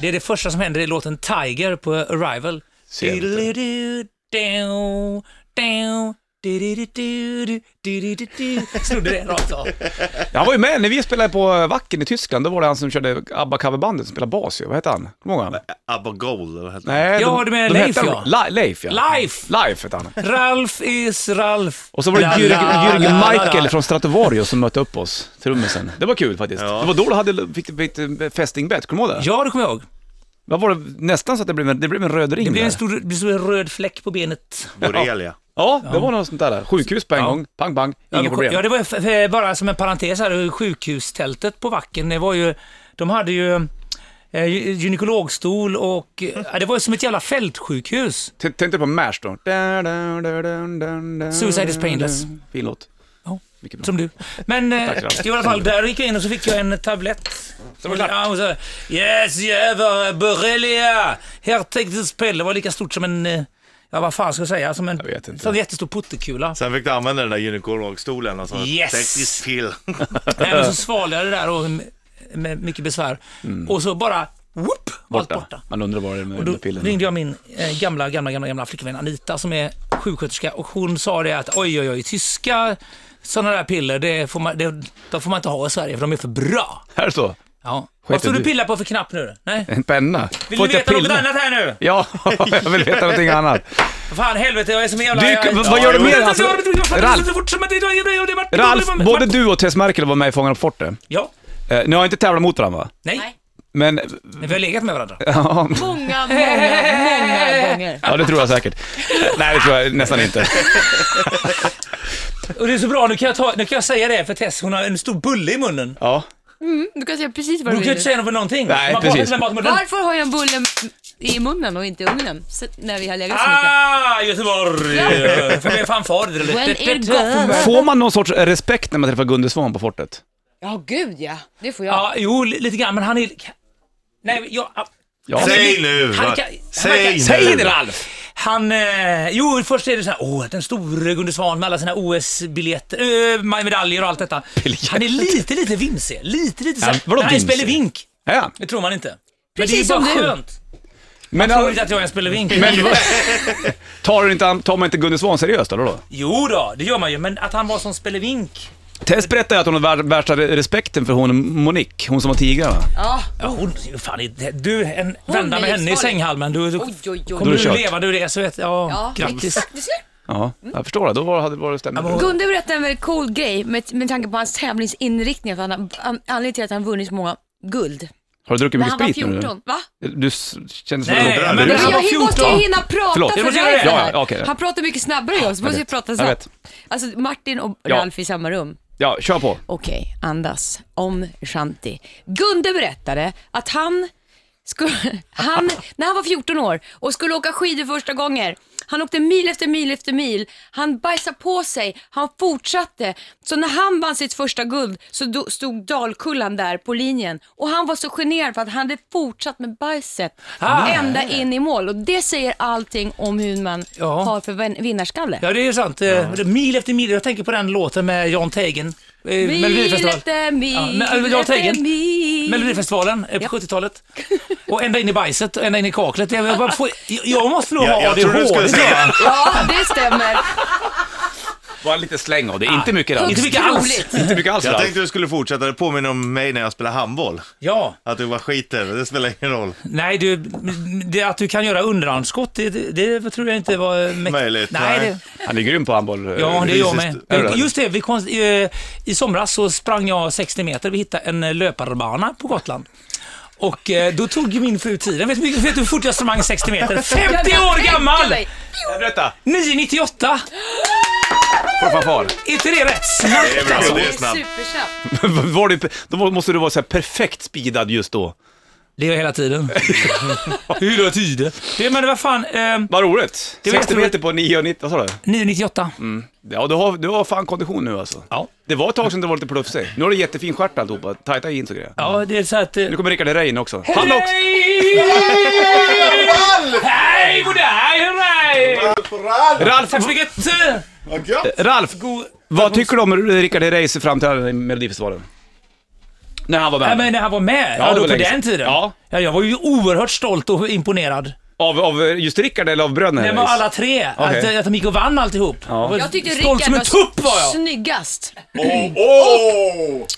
Speaker 3: det, är det första som händer i låten Tiger på Arrival.
Speaker 1: Ser inte.
Speaker 3: Snodde det rakt av.
Speaker 1: Han var ju med när vi spelade på Wacken i Tyskland. Då var det han som körde ABBA-coverbandet som spelade bas ju. Vad hette han? Kommer du ihåg han?
Speaker 2: Abba Gold eller vad heter
Speaker 1: Nej,
Speaker 3: Ja,
Speaker 1: de-
Speaker 3: du menar
Speaker 1: de
Speaker 3: Leif,
Speaker 1: hette-
Speaker 3: ja.
Speaker 1: La, Leif ja.
Speaker 3: Leif!
Speaker 1: Leif hette han.
Speaker 3: Ralf is Ralf.
Speaker 1: Och så var det
Speaker 3: La,
Speaker 1: Jürgen,
Speaker 3: la, la,
Speaker 1: Jürgen
Speaker 3: la,
Speaker 1: Michael
Speaker 3: la.
Speaker 1: från Stratovarius som mötte upp oss, trummisen. Det var kul faktiskt.
Speaker 2: Ja.
Speaker 1: Det var då du hade, fick, fick fästingbett, kommer du ihåg det?
Speaker 3: Ja, det kommer jag ihåg.
Speaker 1: Vad var det? Nästan så att det blev en, det blev en röd ring
Speaker 3: Det blev en
Speaker 1: där.
Speaker 3: stor, det stod en röd fläck på benet.
Speaker 2: det? Borrelia.
Speaker 1: Ja, det var något sånt där. Sjukhus på en gång, pang bang, inga
Speaker 3: Ja, det-
Speaker 1: problem.
Speaker 3: Ja, det var ju f- f- bara som en parentes här, sjukhustältet på Vacken, det var ju, de hade ju eh, gy- gynekologstol och eh, ja, det var ju som ett jävla fältsjukhus.
Speaker 1: T- Tänkte du på Mash då? Da, da, da, da, da,
Speaker 3: Suicide is
Speaker 1: da,
Speaker 3: painless.
Speaker 1: da. Fin låt.
Speaker 3: Ja,
Speaker 1: Mycket bra.
Speaker 3: Som du. Men eh,
Speaker 1: Ralf.
Speaker 3: i alla fall, där gick jag in och så fick jag en tablett. Så var ja, och så, yes, jävlar, borrelia! Här tänkte jag spela. Det var lika stort som en, eh, ja vad fan ska jag säga, som en,
Speaker 1: Jag vet inte.
Speaker 3: som en jättestor puttekula.
Speaker 2: Sen fick du använda den där gynekologstolen och så
Speaker 3: Yes!
Speaker 2: tekniskt till.
Speaker 3: Nej, men så svalde jag det där och med- med mycket besvär.
Speaker 1: Mm.
Speaker 3: Och så bara, whoop, var allt borta.
Speaker 1: Man undrar vad det är med,
Speaker 3: Och
Speaker 1: med
Speaker 3: då
Speaker 1: pillen.
Speaker 3: ringde jag min eh, gamla, gamla, gamla, gamla flickvän Anita som är sjuksköterska och hon sa det att oj, oj, oj, tyska sådana där piller, det får man, det, de får man inte ha i Sverige för de är för bra.
Speaker 1: Här så,
Speaker 3: Ja. Vad står
Speaker 1: i
Speaker 3: du
Speaker 1: det.
Speaker 3: pillar på för knapp nu? Nej?
Speaker 1: en penna.
Speaker 3: Vill
Speaker 1: Eh, Får inte
Speaker 3: du veta något
Speaker 1: pilla?
Speaker 3: annat här nu?
Speaker 1: Ja, jag vill veta någonting annat.
Speaker 3: Vad Fan helvete, jag är som en jävla...
Speaker 1: Du,
Speaker 3: jag,
Speaker 1: vad- vad gör du
Speaker 2: jo.
Speaker 1: mer?
Speaker 2: Vänta,
Speaker 1: Alltså, Ralf, Ralf, både du och Tess Merkel var med i Fångarna på fortet.
Speaker 3: Ja.
Speaker 1: Eh, ni har inte tävlat mot varandra va?
Speaker 3: Nej.
Speaker 1: Men,
Speaker 3: Men vi har legat med varandra.
Speaker 1: ja,
Speaker 5: Många, många, många gånger.
Speaker 1: ja det tror jag säkert. Eh, Nej, det tror jag nästan inte.
Speaker 3: Och det är så bra, nu kan jag, ta, nu kan jag säga det för Tess, hon har en stor bulle i munnen.
Speaker 1: Ja,
Speaker 5: Du kan säga precis vad
Speaker 3: Hon
Speaker 5: du
Speaker 3: kan ju inte
Speaker 5: vill.
Speaker 3: säga något för någonting.
Speaker 1: Nej,
Speaker 3: Man
Speaker 1: precis.
Speaker 3: pratar med munnen.
Speaker 5: Varför har jag en bulle i munnen och inte i ugnen? Så- När vi har legat så mycket.
Speaker 3: Ah, Göteborg! Får vi en fanfar?
Speaker 5: When it goes.
Speaker 1: Får man någon sorts respekt när man träffar Gunde Svan på fortet?
Speaker 5: Ja, gud ja. Det får jag.
Speaker 3: Ja, jo, li- lite grann, men han är... Nej, jag...
Speaker 1: Ja.
Speaker 3: Han-
Speaker 2: Säg nu!
Speaker 3: Han
Speaker 2: va?
Speaker 3: kan- han
Speaker 2: Säg
Speaker 3: kan-
Speaker 2: nu!
Speaker 1: Säg det Ralf!
Speaker 3: Han... Eh, jo, först är det så här, åh, den store Gunde Svan med alla sina OS-biljetter, eh, medaljer och allt detta. Han är lite, lite vimsig. Lite, lite så här,
Speaker 1: Ja, vadå
Speaker 3: han är
Speaker 1: vimsig?
Speaker 3: spelevink.
Speaker 1: Ja,
Speaker 3: Det tror man inte. Men det är ju
Speaker 5: Precis
Speaker 3: bara
Speaker 5: som du.
Speaker 3: skönt.
Speaker 1: Men
Speaker 3: Tror
Speaker 1: ja,
Speaker 3: inte att jag ens spelar vinkel.
Speaker 1: tar, du inte, tar man inte Gunde Svan seriöst då? då?
Speaker 3: Jo då, det gör man ju. Men att han var som Spelevink.
Speaker 1: Tess berättade att hon har vär- värsta re- respekten för hon Monique, hon som var tigrarna.
Speaker 5: Ja,
Speaker 3: Ja, hon, ju fan, det- du, en
Speaker 5: Hon
Speaker 3: vända
Speaker 5: är
Speaker 3: med henne i
Speaker 5: livsfarlig.
Speaker 3: sänghalmen. Du, du,
Speaker 5: oj, oj,
Speaker 1: Då
Speaker 3: kommer
Speaker 1: är
Speaker 5: oj.
Speaker 1: det
Speaker 3: du
Speaker 1: kört.
Speaker 3: leva du det så vet jag.
Speaker 5: Ja,
Speaker 3: grattis.
Speaker 5: Du ser.
Speaker 1: Ja, jag förstår det. Då var, hade, var det stämning.
Speaker 3: Ja, men hon-
Speaker 5: Gunde berättade en väldigt cool grej med, med tanke på hans tävlingsinriktning. För han, har- an, anledningen till att han vunnit så många guld.
Speaker 1: Har du druckit
Speaker 5: När
Speaker 1: mycket
Speaker 5: han var
Speaker 1: sprit nu?
Speaker 5: 14. Va?
Speaker 1: eller? Du s- kändes som
Speaker 3: Nej,
Speaker 1: att du
Speaker 3: men
Speaker 1: var
Speaker 3: det-
Speaker 5: Men
Speaker 1: berusad.
Speaker 3: han var
Speaker 5: jag hin- måste
Speaker 3: 14.
Speaker 5: ju hinna prata
Speaker 1: Förlåt.
Speaker 5: för
Speaker 1: Jag
Speaker 3: måste
Speaker 5: Ralf.
Speaker 3: göra det.
Speaker 1: Ja, ja, okej.
Speaker 5: Han pratar mycket snabbare än jag, så måste vi
Speaker 1: vet.
Speaker 5: prata
Speaker 1: Jag
Speaker 5: snabbt.
Speaker 1: vet.
Speaker 5: Alltså Martin och
Speaker 1: Ja.
Speaker 5: Ralf i samma rum.
Speaker 1: Ja, kör på.
Speaker 5: Okej, andas. Om Shanti. Gunde berättade att han, skulle, han, när han var 14 år och skulle åka skidor första gången, han åkte mil efter mil efter mil, han bajsade på sig, han fortsatte. Så när han vann sitt första guld så do, stod Dalkullan där på linjen och han var så generad för att han hade fortsatt med bajset
Speaker 3: Ah.
Speaker 5: ända in i mål och det säger allting om hur man
Speaker 3: Ja.
Speaker 5: har för vin- vinnarskalle.
Speaker 3: Ja, det är ju sant. Eh, Mil efter mil. Jag tänker på den låten med Jan Teigen. eh, Melodifestival.
Speaker 5: efter mil
Speaker 3: Ja, men, eh, Jan
Speaker 5: efter
Speaker 3: Teigen.
Speaker 5: mil.
Speaker 3: Melodifestivalen eh, på 70-talet. Och ända in i bajset och ända in i kaklet. Jag, jag, bara får, jag, jag måste nog
Speaker 2: Jag,
Speaker 3: ha
Speaker 2: jag tror du skulle
Speaker 3: ADHD.
Speaker 2: säga...
Speaker 5: Ja, det stämmer.
Speaker 1: Bara lite släng av det. Ah. Inte mycket alls.
Speaker 3: Inte mycket alls.
Speaker 1: Inte mycket alls.
Speaker 2: Jag
Speaker 1: Ralf.
Speaker 2: tänkte du skulle fortsätta. Det påminner om mig när jag spelade handboll.
Speaker 3: Ja.
Speaker 2: Att du bara skiter, det spelar ingen roll.
Speaker 3: Nej, du, det, att du kan göra underhandsskott, det, det, det tror jag inte var mäkt-
Speaker 2: Möjligt,
Speaker 3: Nej,
Speaker 2: nej.
Speaker 3: det,
Speaker 1: Han är grym på handboll.
Speaker 3: ja, det är jag med.
Speaker 2: Fysiskt.
Speaker 1: Är det?
Speaker 3: Just det, vi konst, eh, i somras så sprang jag 60 meter. Vi hittade en eh, löparbana på Gotland. Och eh, då tog ju min fru tiden. Vet du hur- vet du hur fort jag sprang 60 meter? 50
Speaker 5: Jag kan
Speaker 3: år
Speaker 5: tänka
Speaker 3: gammal!
Speaker 5: mig.
Speaker 1: Berätta!
Speaker 3: 9,98!
Speaker 1: Från fanfar.
Speaker 3: Är inte det rätt snabbt?
Speaker 2: Det är bra,
Speaker 5: Alltså,
Speaker 2: det
Speaker 5: det
Speaker 2: är
Speaker 5: är
Speaker 2: snabbt.
Speaker 5: supersnabbt.
Speaker 1: Var du, då måste du vara så här perfekt speedad just då.
Speaker 3: Det gör jag hela tiden. hela tiden. Det, men vad fan, eh,
Speaker 1: Vad roligt.
Speaker 3: var
Speaker 1: 60 meter
Speaker 3: jätteroligt.
Speaker 1: på 9,90. Vad sa du?
Speaker 3: 9,98.
Speaker 1: Mm. Ja, du har, du har fan kondition nu alltså.
Speaker 3: Ja.
Speaker 1: Det var ett tag sedan du var lite plufsig. Nu har du jättefin stjärt alltihopa. Tajta jeans och grejer.
Speaker 3: Ja, det är så att... eh,
Speaker 1: Nu kommer Rickard Herreyn också. Han har också...
Speaker 3: Hej på dig! Hurra!
Speaker 1: Ralf,
Speaker 3: Tack så mycket!
Speaker 1: Ralf vad tycker du om Rickard Herreys framträdande i Melodifestivalen? När han var
Speaker 3: Ja,
Speaker 1: med.
Speaker 3: men när han var med,
Speaker 1: det
Speaker 3: ja,
Speaker 1: var
Speaker 3: då på
Speaker 1: länge
Speaker 3: den
Speaker 1: sedan.
Speaker 3: tiden.
Speaker 1: Ja.
Speaker 3: Ja, jag var ju oerhört stolt och imponerad.
Speaker 1: Av, av eh, just Rickard eller av bröderna
Speaker 3: Nej, men alla tre. Att,
Speaker 1: Okej.
Speaker 3: att de gick och vann alltihop. Jag var
Speaker 5: Jag tyckte
Speaker 3: stolt
Speaker 5: Rickard
Speaker 3: som en tupp var
Speaker 5: var
Speaker 3: jag.
Speaker 5: snyggast.
Speaker 2: Åh!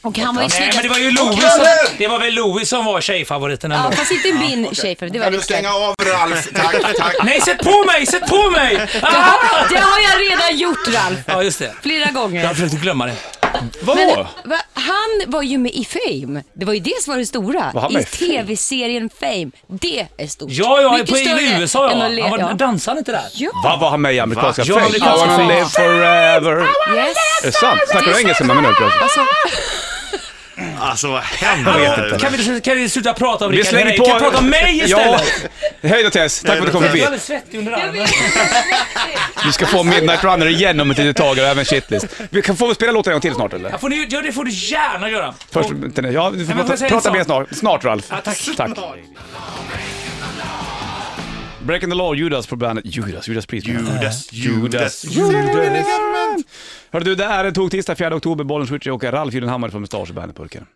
Speaker 5: Och han var ju
Speaker 3: Nej, men det
Speaker 5: snyggast.
Speaker 3: var ju Louis som, det var väl Louis som var tjejfavoriten ändå.
Speaker 5: Ja, fast inte min tjej, för det var
Speaker 6: Kan du
Speaker 5: Rickard.
Speaker 6: stänga av Ralf? Tack, tack.
Speaker 3: Nej, sätt på mig! Sätt på mig! Ah!
Speaker 5: Det har jag redan gjort Ralf,
Speaker 3: Ja, just det.
Speaker 5: flera
Speaker 3: Jag
Speaker 5: gånger.
Speaker 3: försökte glömma det.
Speaker 1: Vad?
Speaker 5: Men, va, han var ju med i Fame. Det var ju det som var det stora.
Speaker 1: Var han med
Speaker 5: I
Speaker 1: i Fame?
Speaker 5: tv-serien Fame. Det är stort.
Speaker 3: Ja, ja,
Speaker 5: Mycket
Speaker 3: på, i
Speaker 5: större
Speaker 3: USA
Speaker 5: än
Speaker 3: ja.
Speaker 5: att le-
Speaker 3: Han var,
Speaker 5: ja.
Speaker 3: Dansade han inte där?
Speaker 5: ja.
Speaker 1: Vad var han med i amerikanska
Speaker 2: Va?
Speaker 1: Fame?
Speaker 3: Ja,
Speaker 1: I
Speaker 3: amerikanska
Speaker 1: wanna
Speaker 3: Fame.
Speaker 1: live forever.
Speaker 5: Yes.
Speaker 1: Är det sant? Snackar du engelska med mig nu plötsligt?
Speaker 5: Alltså,
Speaker 2: Alltså vad händer?
Speaker 3: Kan vi, kan vi sluta prata om
Speaker 1: Vi
Speaker 3: Rickard
Speaker 1: slänger
Speaker 3: Herrey?
Speaker 1: på...
Speaker 3: Kan vi prata om mig istället?
Speaker 1: Ja. Hej då Tess, tack för att du kom
Speaker 3: Jag är
Speaker 1: förbi.
Speaker 3: alldeles svettig under
Speaker 5: jag
Speaker 3: armen.
Speaker 5: vet.
Speaker 1: Du ska få Midnight Runner igen om ett litet tag och även Shitlist. Vi kan få spela låten en gång till snart eller?
Speaker 3: Ja, får ni, ja, det får du gärna göra.
Speaker 1: Först, ja,
Speaker 3: Och-
Speaker 1: du får
Speaker 3: men får jag
Speaker 1: prata,
Speaker 3: säga
Speaker 1: prata
Speaker 3: en
Speaker 1: mer
Speaker 3: sak?
Speaker 1: snart, snart Ralf.
Speaker 3: Ja, tack.
Speaker 1: tack. Breaking the Law, Judas på bandet. Judas, Judas Priest.
Speaker 2: Judas,
Speaker 1: Judas.
Speaker 2: Judas,
Speaker 1: Hörru du, det är tog tisdag 4 oktober, Bollen Switcher och Ralf Gyllenhammar från Mustasch och Bandetburken.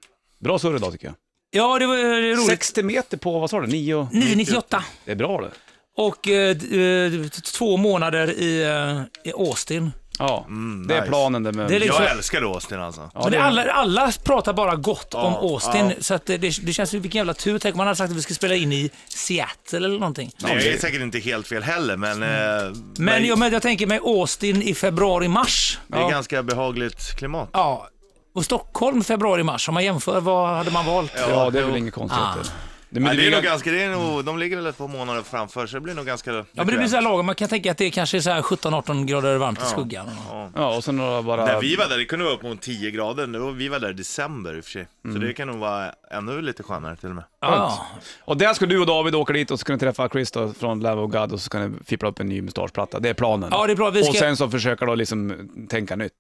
Speaker 1: Bra surr idag tycker jag.
Speaker 3: Ja, det var eh, roligt.
Speaker 1: 60 meter på, vad sa du, 9?
Speaker 3: 998
Speaker 1: Det är bra det.
Speaker 3: och eh, d- eh, t- t- två månader i, eh, i Austin.
Speaker 1: Ja, det är
Speaker 2: nice.
Speaker 1: planen det med...
Speaker 3: Det är liksom-
Speaker 2: Jag älskar Austin alltså.
Speaker 1: Ja,
Speaker 3: Men
Speaker 1: det
Speaker 3: det,
Speaker 1: är-
Speaker 3: alla, alla pratar bara gott om
Speaker 2: Ja,
Speaker 3: Austin,
Speaker 2: ja.
Speaker 3: så att det, det det känns ju vilken jävla tur. Tänk om man hade sagt att vi skulle spela in i Seattle eller någonting.
Speaker 2: Nej, jag är säkert inte helt fel heller, men... eh,
Speaker 3: Men jag, men jag tänker mig Austin i februari-mars.
Speaker 2: Det är ganska behagligt klimat.
Speaker 3: Ja. Och Stockholm februari-mars, om man jämför, vad hade man valt?
Speaker 1: Ja, det är väl inget konstigt.
Speaker 3: Ah.
Speaker 1: Det, men
Speaker 2: Ja,
Speaker 1: det
Speaker 2: det är
Speaker 1: blir
Speaker 2: nog
Speaker 1: ganska...
Speaker 2: ganska, det är nog, de ligger väl ett par månader framför, så det blir nog ganska...
Speaker 3: Ja, men det blir så här lagom. Man kan tänka att det kanske är så här 17-18 grader varmt i skuggan.
Speaker 1: Ja, och sen några bara...
Speaker 2: När vi var där, det kunde vara upp mot 10 grader, nu, och vi var där i december i och för sig. Så det kan nog vara ännu lite skönare till och med.
Speaker 3: Ja.
Speaker 1: Och där ska du och David åka dit och så ska ni träffa Chris då, från Love of God och så ska ni fippla upp en ny mustaschplatta. Det är planen.
Speaker 3: Ja, det är bra. Vi ska-
Speaker 1: Och sen så försöka då liksom tänka nytt.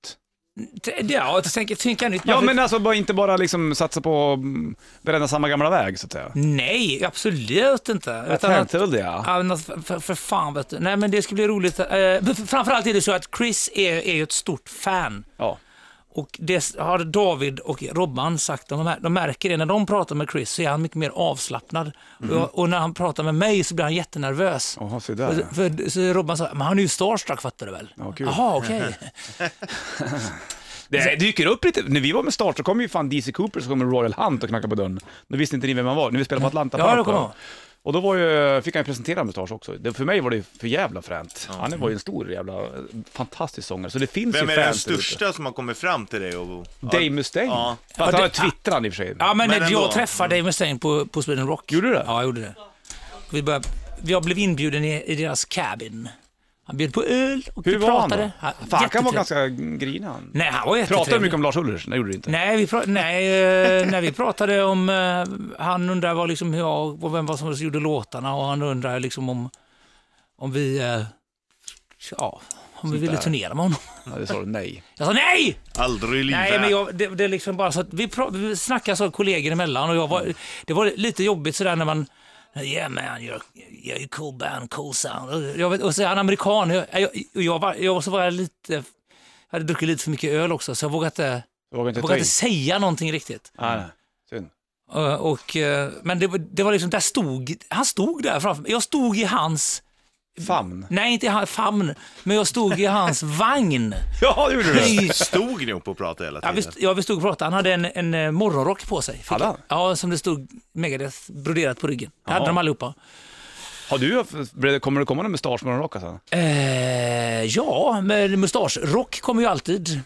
Speaker 3: T- Ja, jag tänker, tänker nytt.
Speaker 1: Ja, men alltså bara, inte bara liksom satsa på mm, bränna samma gamla väg så att säga.
Speaker 3: Mm. Nej, absolut inte.
Speaker 1: Jag
Speaker 3: Utan att,
Speaker 1: tänkte väl det. ja.
Speaker 3: annars, alltså, för, för fan vet du. Nej, men det ska bli roligt. Eh, men för- Framförallt är det så att Chris är, är ju ett stort fan.
Speaker 1: Ja.
Speaker 3: Och det har David och Robban sagt, de, mär- de märker det, när de pratar med Chris så är han mycket mer avslappnad.
Speaker 1: Mhm.
Speaker 3: Och, och när han pratar med mig så blir han jättenervös.
Speaker 1: Jaha, se
Speaker 3: Och
Speaker 1: där.
Speaker 3: så- För, så Robban sa, men han är ju starstruck fattar du väl?
Speaker 1: Ja, kul.
Speaker 3: Jaha, okej.
Speaker 1: Det
Speaker 3: alltså-
Speaker 1: dyker upp lite. När vi var med Start så kom ju fan DC Cooper så kom med Royal Hunt och knackade på dörren. Då visste inte ni vem han var, när vi spelade på Atlanta
Speaker 3: Ja, det
Speaker 1: Park,
Speaker 3: kommer
Speaker 1: va?
Speaker 3: jag ihåg.
Speaker 1: Och då var ju, fick han ju presentera mustasch också. Det, för mig var det ju för jävla fränt. Han var ju en stor jävla, eh, fantastisk sångare. Så det finns
Speaker 2: Vem
Speaker 1: ju
Speaker 2: är den
Speaker 1: fans där ute.
Speaker 2: största som har kommit fram till dig och...
Speaker 1: Dave Mustaine.
Speaker 2: Ja.
Speaker 1: Fast han
Speaker 3: det-
Speaker 1: har twittrat han i och för sig.
Speaker 3: Ja, men,
Speaker 2: Men
Speaker 3: jag
Speaker 2: ändå.
Speaker 3: träffade Dave Mustaine på, på Sweden Rock.
Speaker 1: Gjorde du det?
Speaker 3: Ja, jag gjorde det. Vi började, jag blev inbjuden i, i deras cabin. Han bjöd på öl och
Speaker 1: Hur
Speaker 3: vi
Speaker 1: var han
Speaker 3: pratade.
Speaker 1: då? Fan, han var
Speaker 3: jättetrevlig.
Speaker 1: ganska grinig han.
Speaker 3: Nej, han var jättetrevlig.
Speaker 1: Pratade du mycket om Lars Ulrich? Nej, gjorde du inte.
Speaker 3: Nej, vi, pra- nej, eh, när vi pratade om... eh, Han undrade vad liksom hur jag, och vem var som gjorde låtarna och han undrade liksom om, om vi... eh, Ja, om vi ville
Speaker 1: där.
Speaker 3: turnera med honom.
Speaker 1: Ja, det sa du nej.
Speaker 3: Jag sa nej!
Speaker 2: Aldrig i livet.
Speaker 3: Nej, men jag, det, det är liksom bara så att vi, pra- vi snackar så kollegor emellan och jag var, det var lite jobbigt sådär när man Yeah man, you're, you're a cool band, cool sound. Och Jag vet, och så är han amerikan. Jag, jag, och jag, var, jag så var jag lite, jag hade druckit lite för mycket öl också så jag vågade inte,
Speaker 1: Du vågade inte ta
Speaker 3: vågade
Speaker 1: in.
Speaker 3: inte säga någonting riktigt.
Speaker 1: Nej, nej. Synd.
Speaker 3: Eh, Och, eh, men det, var- det var liksom, där stod, han stod där framför mig. Jag stod i hans,
Speaker 1: Famn.
Speaker 3: nej inte i hans famn, men jag stod i hans vagn.
Speaker 1: Ja, det gjorde du.
Speaker 3: I
Speaker 2: Stod ni upp och pratade hela
Speaker 3: Ja,
Speaker 2: tiden?
Speaker 3: vi, st- ja, vi stod och pratade. Han hade en, en eh, morgonrock på sig. Fick-
Speaker 1: Hade han?
Speaker 3: Ja, som det stod Megadeth broderat på ryggen. Det hade
Speaker 1: Jaha.
Speaker 3: de allihopa.
Speaker 1: Har du, haft- kommer det komma någon mustaschmorgonrock sen?
Speaker 3: Eh, ja, men mustaschrock kommer ju alltid.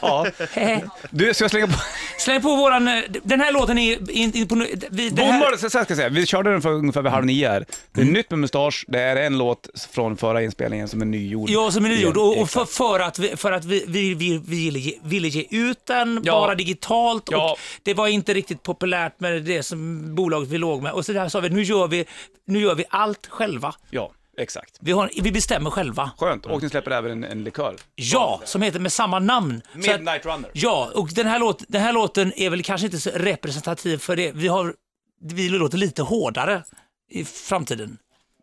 Speaker 1: Ja.
Speaker 3: Eh,
Speaker 1: Du, ska jag slänga på...
Speaker 3: Släng på våran... eh, d- Den här låten är... In, in, på, nu- d- vi, det
Speaker 1: Bommar,
Speaker 3: här, Mm.
Speaker 1: så så här ska jag säga. Vi körde den för ungefär vid halv nio här. Det är nytt med mustasch, det är en låt från förra inspelningen som är nygjord.
Speaker 3: ja, som är nygjord.
Speaker 1: Igen.
Speaker 3: Och, och för, för att, vi, för att vi, vi, vi, vi ville, ge, ville ge ut den
Speaker 1: Ja.
Speaker 3: bara digitalt
Speaker 1: Ja.
Speaker 3: och det var inte riktigt populärt med det som bolaget vi låg med. Och så där sa vi, nu gör vi, nu gör vi allt själva.
Speaker 1: Ja, exakt.
Speaker 3: Vi, har, vi bestämmer själva.
Speaker 1: Skönt. Och ni släpper även en, en likör.
Speaker 3: Ja, som heter med samma namn. Så att-
Speaker 1: Midnight Runner.
Speaker 3: Ja, och den här, låt, den här låten är väl kanske inte så representativ för det. Vi, har, vi låter lite hårdare i framtiden.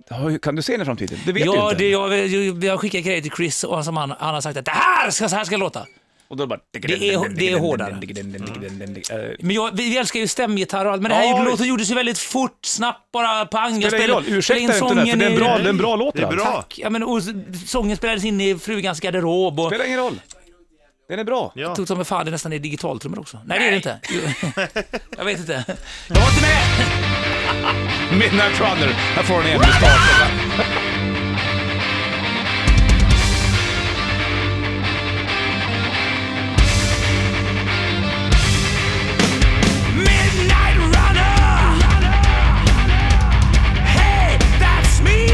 Speaker 1: Ja, Kan du se den i framtiden? Det vet du
Speaker 3: Ja,
Speaker 1: inte.
Speaker 3: det, jag, jag, jag skickar grejer till Chris och han, som han, han har sagt att det här ska, så här ska det låta.
Speaker 1: Och då är det bara...
Speaker 3: Det är- det är hårdare.
Speaker 1: Mm.
Speaker 3: Men jag, vi, vi älskar ju stämgitarr och allt, men den här
Speaker 1: Ja,
Speaker 3: låten
Speaker 1: visst.
Speaker 3: gjordes ju väldigt fort, snabbt bara pang.
Speaker 1: Spelar ingen roll, ursäkta inte den, för det är en bra, det är en bra låt.
Speaker 2: Det är
Speaker 1: Ralf.
Speaker 2: bra.
Speaker 3: Ja, men, och, sången spelades in i frugans garderob och
Speaker 1: Spelar ingen roll. Den är bra.
Speaker 2: Ja.
Speaker 3: tog som en fan det nästan är digitaltrummor också. Nej, det är det inte. jag vet inte. Jag var inte med!
Speaker 1: Midnight Runner. Här får ni en mustasch.
Speaker 4: Midnight runner. Hey, that's me.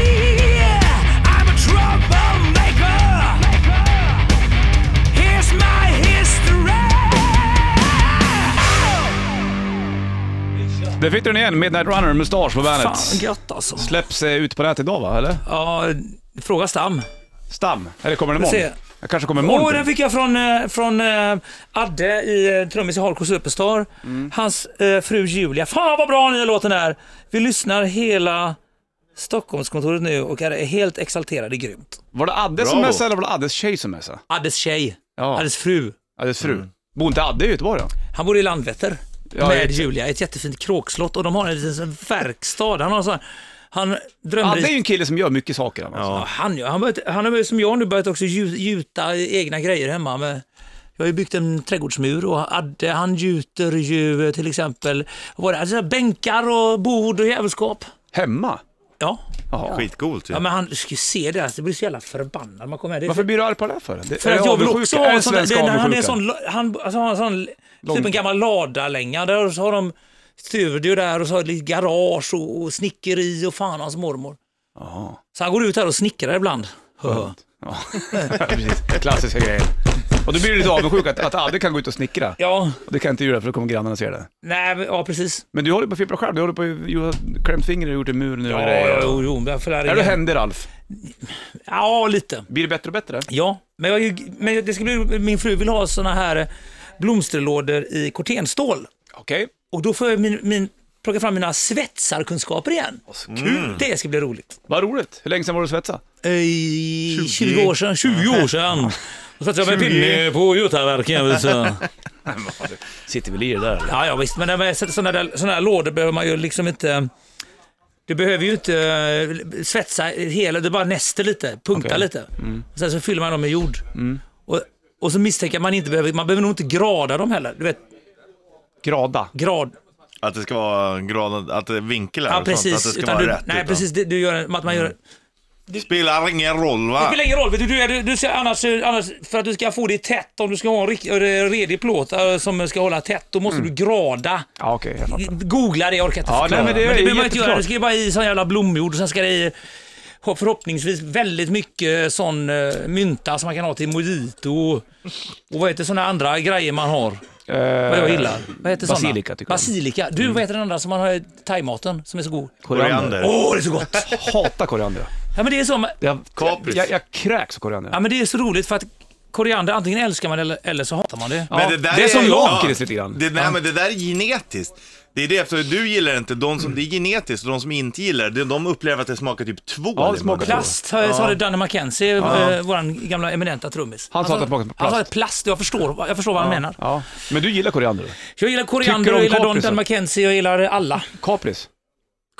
Speaker 4: I'm a troublemaker. Here's my history.
Speaker 1: Där fick du den igen, Midnight Runner, mustasch på bandet.
Speaker 3: Fan, gött alltså.
Speaker 1: Släpps eh, ut på nätet idag va, eller?
Speaker 3: Ja, fråga Stam.
Speaker 1: Stam. Eller kommer den
Speaker 3: Vi får
Speaker 1: imorgon?
Speaker 3: se.
Speaker 1: Jag kanske kommer
Speaker 3: Åh,
Speaker 1: imorgon.
Speaker 3: den fick jag från, eh, från eh, Adde, i, eh, trummis i Hardcore Superstar.
Speaker 1: Mm.
Speaker 3: Hans eh, fru Julia. Fan vad bra nya låten är! Vi lyssnar hela Stockholmskontoret nu och är helt exalterade. Grymt.
Speaker 1: Var det Adde som
Speaker 2: Bravo.
Speaker 1: messade eller var det Addes tjej som messade?
Speaker 3: Addes tjej,
Speaker 1: Ja.
Speaker 3: Addes fru.
Speaker 1: Addes fru. Bor inte Adde i Göteborg då?
Speaker 3: Han bor i Landvetter
Speaker 1: Ja,
Speaker 3: med
Speaker 1: jag-
Speaker 3: Julia, ett jättefint kråkslott och de har en liten sån verkstad. Han har en sån, han drömmer...
Speaker 1: Adde är ju en kille som gör mycket saker. han, Alltså.
Speaker 3: Ja, han, ja. han, börjat, han har ju som jag nu börjat också gju- gjuta egna grejer hemma. Med, jag har ju byggt en trädgårdsmur och Adde han gjuter ju eh, till exempel vad det, alltså, bänkar och bord och jävelskap.
Speaker 1: Hemma?
Speaker 3: Ja.
Speaker 1: Jaha.
Speaker 2: Skitcoolt ju.
Speaker 3: ja, men han ska ju se det. Alltså, det blir så jävla förbannad när man kommer hem.
Speaker 1: Varför blir du arg på det här för? Det,
Speaker 3: För
Speaker 1: är
Speaker 3: att jag vill
Speaker 1: avundsjuka?
Speaker 3: också ha
Speaker 1: Är
Speaker 3: en sån,
Speaker 1: svensk
Speaker 3: det, han är
Speaker 1: avundsjuka?
Speaker 3: en sån, han, alltså, har en sån typ
Speaker 1: Lång-
Speaker 3: en gammal ladalänga. Där så har de studio där och så har de lite garage och, och snickeri och fan hans mormor.
Speaker 1: Jaha.
Speaker 3: Så han går ut här och snickrar ibland.
Speaker 1: Ja, precis. Klassiska grejer. Och då blir du lite avundsjuk att, att Adde kan gå ut och snickra.
Speaker 3: Ja,
Speaker 1: Och det kan inte du göra för då kommer grannarna och se det.
Speaker 3: nej, men- ja precis.
Speaker 1: Men du håller på att fippla själv. Du håller på att du har klämt fingret och gjort en mur nu och
Speaker 3: Ja,
Speaker 1: grejer.
Speaker 3: ja, jo, jo, men jag får lära
Speaker 1: Är du
Speaker 3: igen.
Speaker 1: händer Alf?
Speaker 3: Ja, lite.
Speaker 1: Blir det bättre och bättre?
Speaker 3: Ja, men, jag, är ju- men det ska bli, min fru vill ha såna här eh, blomsterlådor i kortenstål.
Speaker 1: Okej.
Speaker 3: Och då får jag min, min, plocka fram mina svetsarkunskaper igen. Mm.
Speaker 1: Kul!
Speaker 3: Det ska bli roligt.
Speaker 1: Vad roligt. Hur länge sedan var du och svetsade?
Speaker 3: Eh, 20 år sedan. 20 år sedan. Och satte jag med pinne på Götaverken. Så.
Speaker 1: Sitter väl i det där.
Speaker 3: Ja, ja visst, men det med sådana där, sådana där lådor behöver man ju liksom inte... Du behöver ju inte eh, svetsa hela, du bara näster lite, punkta
Speaker 1: Okej.
Speaker 3: lite.
Speaker 2: Mm.
Speaker 3: Sen så fyller man dem med jord. Och, och så misstänker jag att man inte behöver, man behöver nog inte grada dem heller. Du vet,
Speaker 1: Grada.
Speaker 3: grad...
Speaker 2: Att det ska vara graden, att det är vinkel
Speaker 3: Ja,
Speaker 2: och sånt, att det
Speaker 3: precis.
Speaker 2: ska
Speaker 3: Utan
Speaker 2: vara
Speaker 3: du,
Speaker 2: rätt. Mm.
Speaker 3: nej,
Speaker 2: utan-
Speaker 3: precis. Det, du gör, en- att man gör,
Speaker 2: Spelar ingen roll
Speaker 3: Det
Speaker 2: va?
Speaker 3: spelar ingen roll, vet du, du, är- du, du ska, annars, annars, för att du ska få det tätt, om du ska ha en rik- eh, redig plåt eh, som ska hålla tätt, då måste du grada.
Speaker 1: Ja, okej, jag fattar.
Speaker 3: Googla det, jag orkar inte
Speaker 1: Mm. Ja,
Speaker 3: förklara.
Speaker 1: nej, men det är
Speaker 3: men det behöver man inte
Speaker 1: jätteklart.
Speaker 3: göra, det ska ju bara i sån jävla blomjord och sen ska det i ha förhoppningsvis väldigt mycket sån eh, mynta som man kan ha till mojito och, och vad heter såna andra grejer man har? Vad jag gillar. Vad heter såna?
Speaker 1: Eh, basilika tycker jag.
Speaker 3: Basilika. Du, vad heter den andra som man har i thaimaten som är så god?
Speaker 1: Eh.
Speaker 2: Koriander.
Speaker 3: Åh, det är så gott!
Speaker 1: Hatar koriander.
Speaker 3: Ja, men det är så,
Speaker 1: Jag,
Speaker 2: Kapris.
Speaker 1: jag, jag kräks av koriander.
Speaker 3: Ja, men det är så roligt för att koriander, antingen älskar man eller, eller så hatar man det.
Speaker 1: Ja, det är som jag, Chris, lite grann.
Speaker 2: Det, nej, men det där är genetiskt. Det är det, efter du gillar inte, de som, det är genetiskt och de som inte gillar det, de upplever att det smakar typ två.
Speaker 1: Ja, det
Speaker 2: i
Speaker 1: smakar
Speaker 2: munnen.
Speaker 3: Plast har- sa det Danne Mackenzie, eh, vår gamla eminenta trummis.
Speaker 1: Han sa att det smakade
Speaker 3: Han sa
Speaker 1: plast.
Speaker 3: att plast, jag förstår, jag förstår vad han menar.
Speaker 1: Ja. Men du gillar koriander?
Speaker 3: Jag gillar
Speaker 1: Tycker
Speaker 3: koriander,
Speaker 1: du om
Speaker 3: jag gillar Don
Speaker 1: kapris,
Speaker 3: Dan
Speaker 1: då?
Speaker 3: Mackenzie, jag gillar alla.
Speaker 1: Kapris?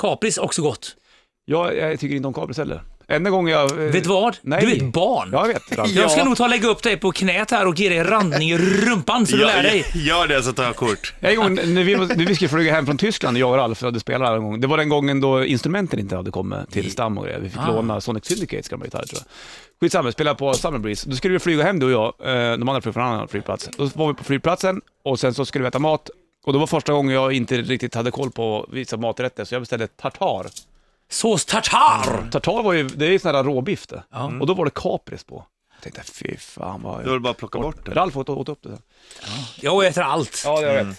Speaker 3: Kapris, också gott.
Speaker 1: Jag, jag tycker inte om kapris heller. Enda gången jag... eh,
Speaker 3: Vet du vad?
Speaker 1: Nej.
Speaker 3: Du är ett barn.
Speaker 1: Ja, jag vet. Frans.
Speaker 3: Jag ska nog ta och lägga upp dig på knät här och ge dig randning i rumpan så du lär dig.
Speaker 2: Ja, gör det så tar jag kort.
Speaker 1: En gång när vi, när vi skulle flyga hem från Tyskland, jag och Ralf hade spelat en gång. Det var den gången då instrumenten inte hade kommit till stam och grejer. Vi fick
Speaker 3: Ah.
Speaker 1: låna Sonic Syndicates gamla gitarr tror jag. Skitsamma, vi spelade på Summer Breeze. Då skulle vi flyga hem du och jag, eh, de andra flög från en annan flygplats. Då var vi på flygplatsen och sen så skulle vi äta mat. Och det var första gången jag inte riktigt hade koll på vissa maträtter, så jag beställde tartar.
Speaker 3: Sås tartar!
Speaker 1: Tartar var ju, det är ju sån här råbiff det. Och då var det kapris på. Jag tänkte, fy fan vad...
Speaker 2: Då är det bara att plocka bort det.
Speaker 1: Ralf åt, åt upp det sen.
Speaker 3: Jag äter allt.
Speaker 1: Ja, det jag vet. Vad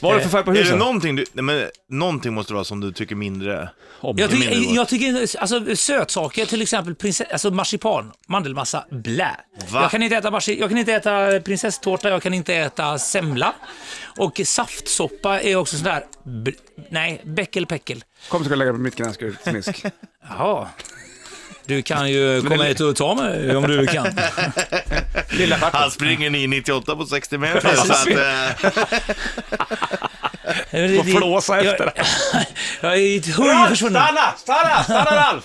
Speaker 1: Mm. Eh, är det för färg på
Speaker 2: Är det
Speaker 1: husen?
Speaker 2: någonting du, nej, men, någonting måste det vara som du tycker mindre?
Speaker 1: Om.
Speaker 3: Jag,
Speaker 2: menar
Speaker 3: tycker-
Speaker 2: du?
Speaker 3: jag tycker alltså, sötsaker, till exempel prinsess, alltså marsipan, mandelmassa, blä.
Speaker 2: Va?
Speaker 3: Jag kan, inte äta marsi, jag kan inte äta prinsesstårta, jag kan inte äta semla. Och saftsoppa är också sån där, bl- nej, bäckelpäckel.
Speaker 1: Kom så ska jag lägga på mitt knäskruv, smisk.
Speaker 3: Jaha. Du kan ju komma hit och ta mig om du kan.
Speaker 1: Lilla
Speaker 2: Han springer 9,98 på 60 meter. så att, eh,
Speaker 3: Får
Speaker 1: flåsa efter.
Speaker 3: Jag, jag är i ett huj försvunnen.
Speaker 1: stanna, stanna Ralf!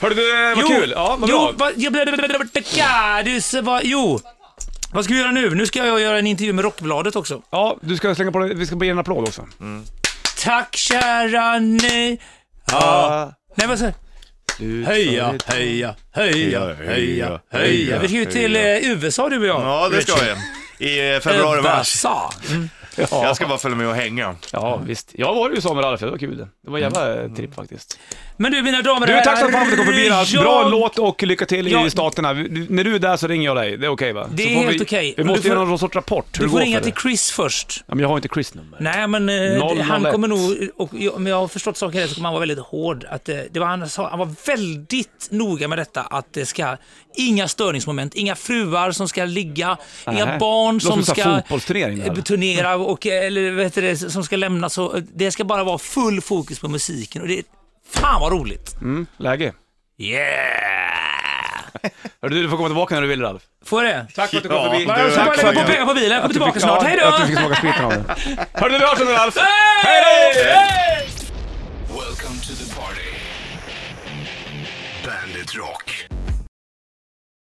Speaker 1: Hörde du, vad kul! Ja, vad
Speaker 3: jo,
Speaker 1: bra.
Speaker 3: vad, jag, blev- ja, du, så vad, jo. Vad ska vi göra nu? Nu ska jag göra en intervju med Rockbladet också.
Speaker 1: Ja, du ska slänga på dig, vi ska ge en applåd också.
Speaker 3: Tack kära ni. Ja. Nej, vad säger Höja, höja, höja, höja, höja. Vi ska ju till eh, USA du och jag.
Speaker 2: ja, det ska vi. I eh, februari, mars.
Speaker 3: USA. Mm.
Speaker 2: Jag ska bara följa med och hänga.
Speaker 1: Ja, visst. Jag var i USA med Ralf, det var kul. Det var en jävla eh, tripp faktiskt.
Speaker 3: Men du mina damer och
Speaker 1: Du, tack så fan för att du kom förbi Ralf. Bra
Speaker 3: jag-
Speaker 1: låt och lycka till
Speaker 3: Ja.
Speaker 1: i staterna. Vi- du- När du är där så ringer jag dig, det är okej va?
Speaker 3: Det
Speaker 1: Så
Speaker 3: är
Speaker 1: får vi-
Speaker 3: helt okej.
Speaker 1: Vi
Speaker 3: Men
Speaker 1: måste
Speaker 3: du får-
Speaker 1: göra någon sorts rapport, hur
Speaker 3: Du
Speaker 1: det
Speaker 3: får
Speaker 1: går
Speaker 3: ringa
Speaker 1: för
Speaker 3: till
Speaker 1: dig.
Speaker 3: Chris först.
Speaker 1: Ja, men jag har inte Chris nummer.
Speaker 3: Nej, men eh,
Speaker 1: 001.
Speaker 3: han kommer nog... Och, jag- om jag har förstått saken rätt så kommer han vara väldigt hård. Att, eh, det var, han, sa, han var väldigt noga med detta att det ska... Inga störningsmoment, inga fruar som ska ligga, inga
Speaker 1: Nähä.
Speaker 3: barn
Speaker 1: Låter
Speaker 3: som
Speaker 1: som en
Speaker 3: ska
Speaker 1: fotbollsturnering det här.
Speaker 3: eh, turnera och, eh, eller vad heter det, som ska lämnas. Och, det ska bara vara full fokus på musiken. Och det, fan vad roligt!
Speaker 1: Mm. Läge?
Speaker 3: Yeah!
Speaker 1: Hörde du, du får komma tillbaka när du vill Ralf.
Speaker 3: Får jag det?
Speaker 1: Tack för att du
Speaker 2: Ja,
Speaker 1: kom förbi.
Speaker 2: du-
Speaker 3: Jag ska bara
Speaker 2: Tack
Speaker 3: lägga
Speaker 2: för-
Speaker 3: på pengar på bilen, jag kommer tillbaka snart. Hej
Speaker 1: Ja, Att du
Speaker 3: då!
Speaker 1: fick smaka spriten av det. Hörde du, vi hörs nu Ralf!
Speaker 6: Welcome to the party. Bandit Rock.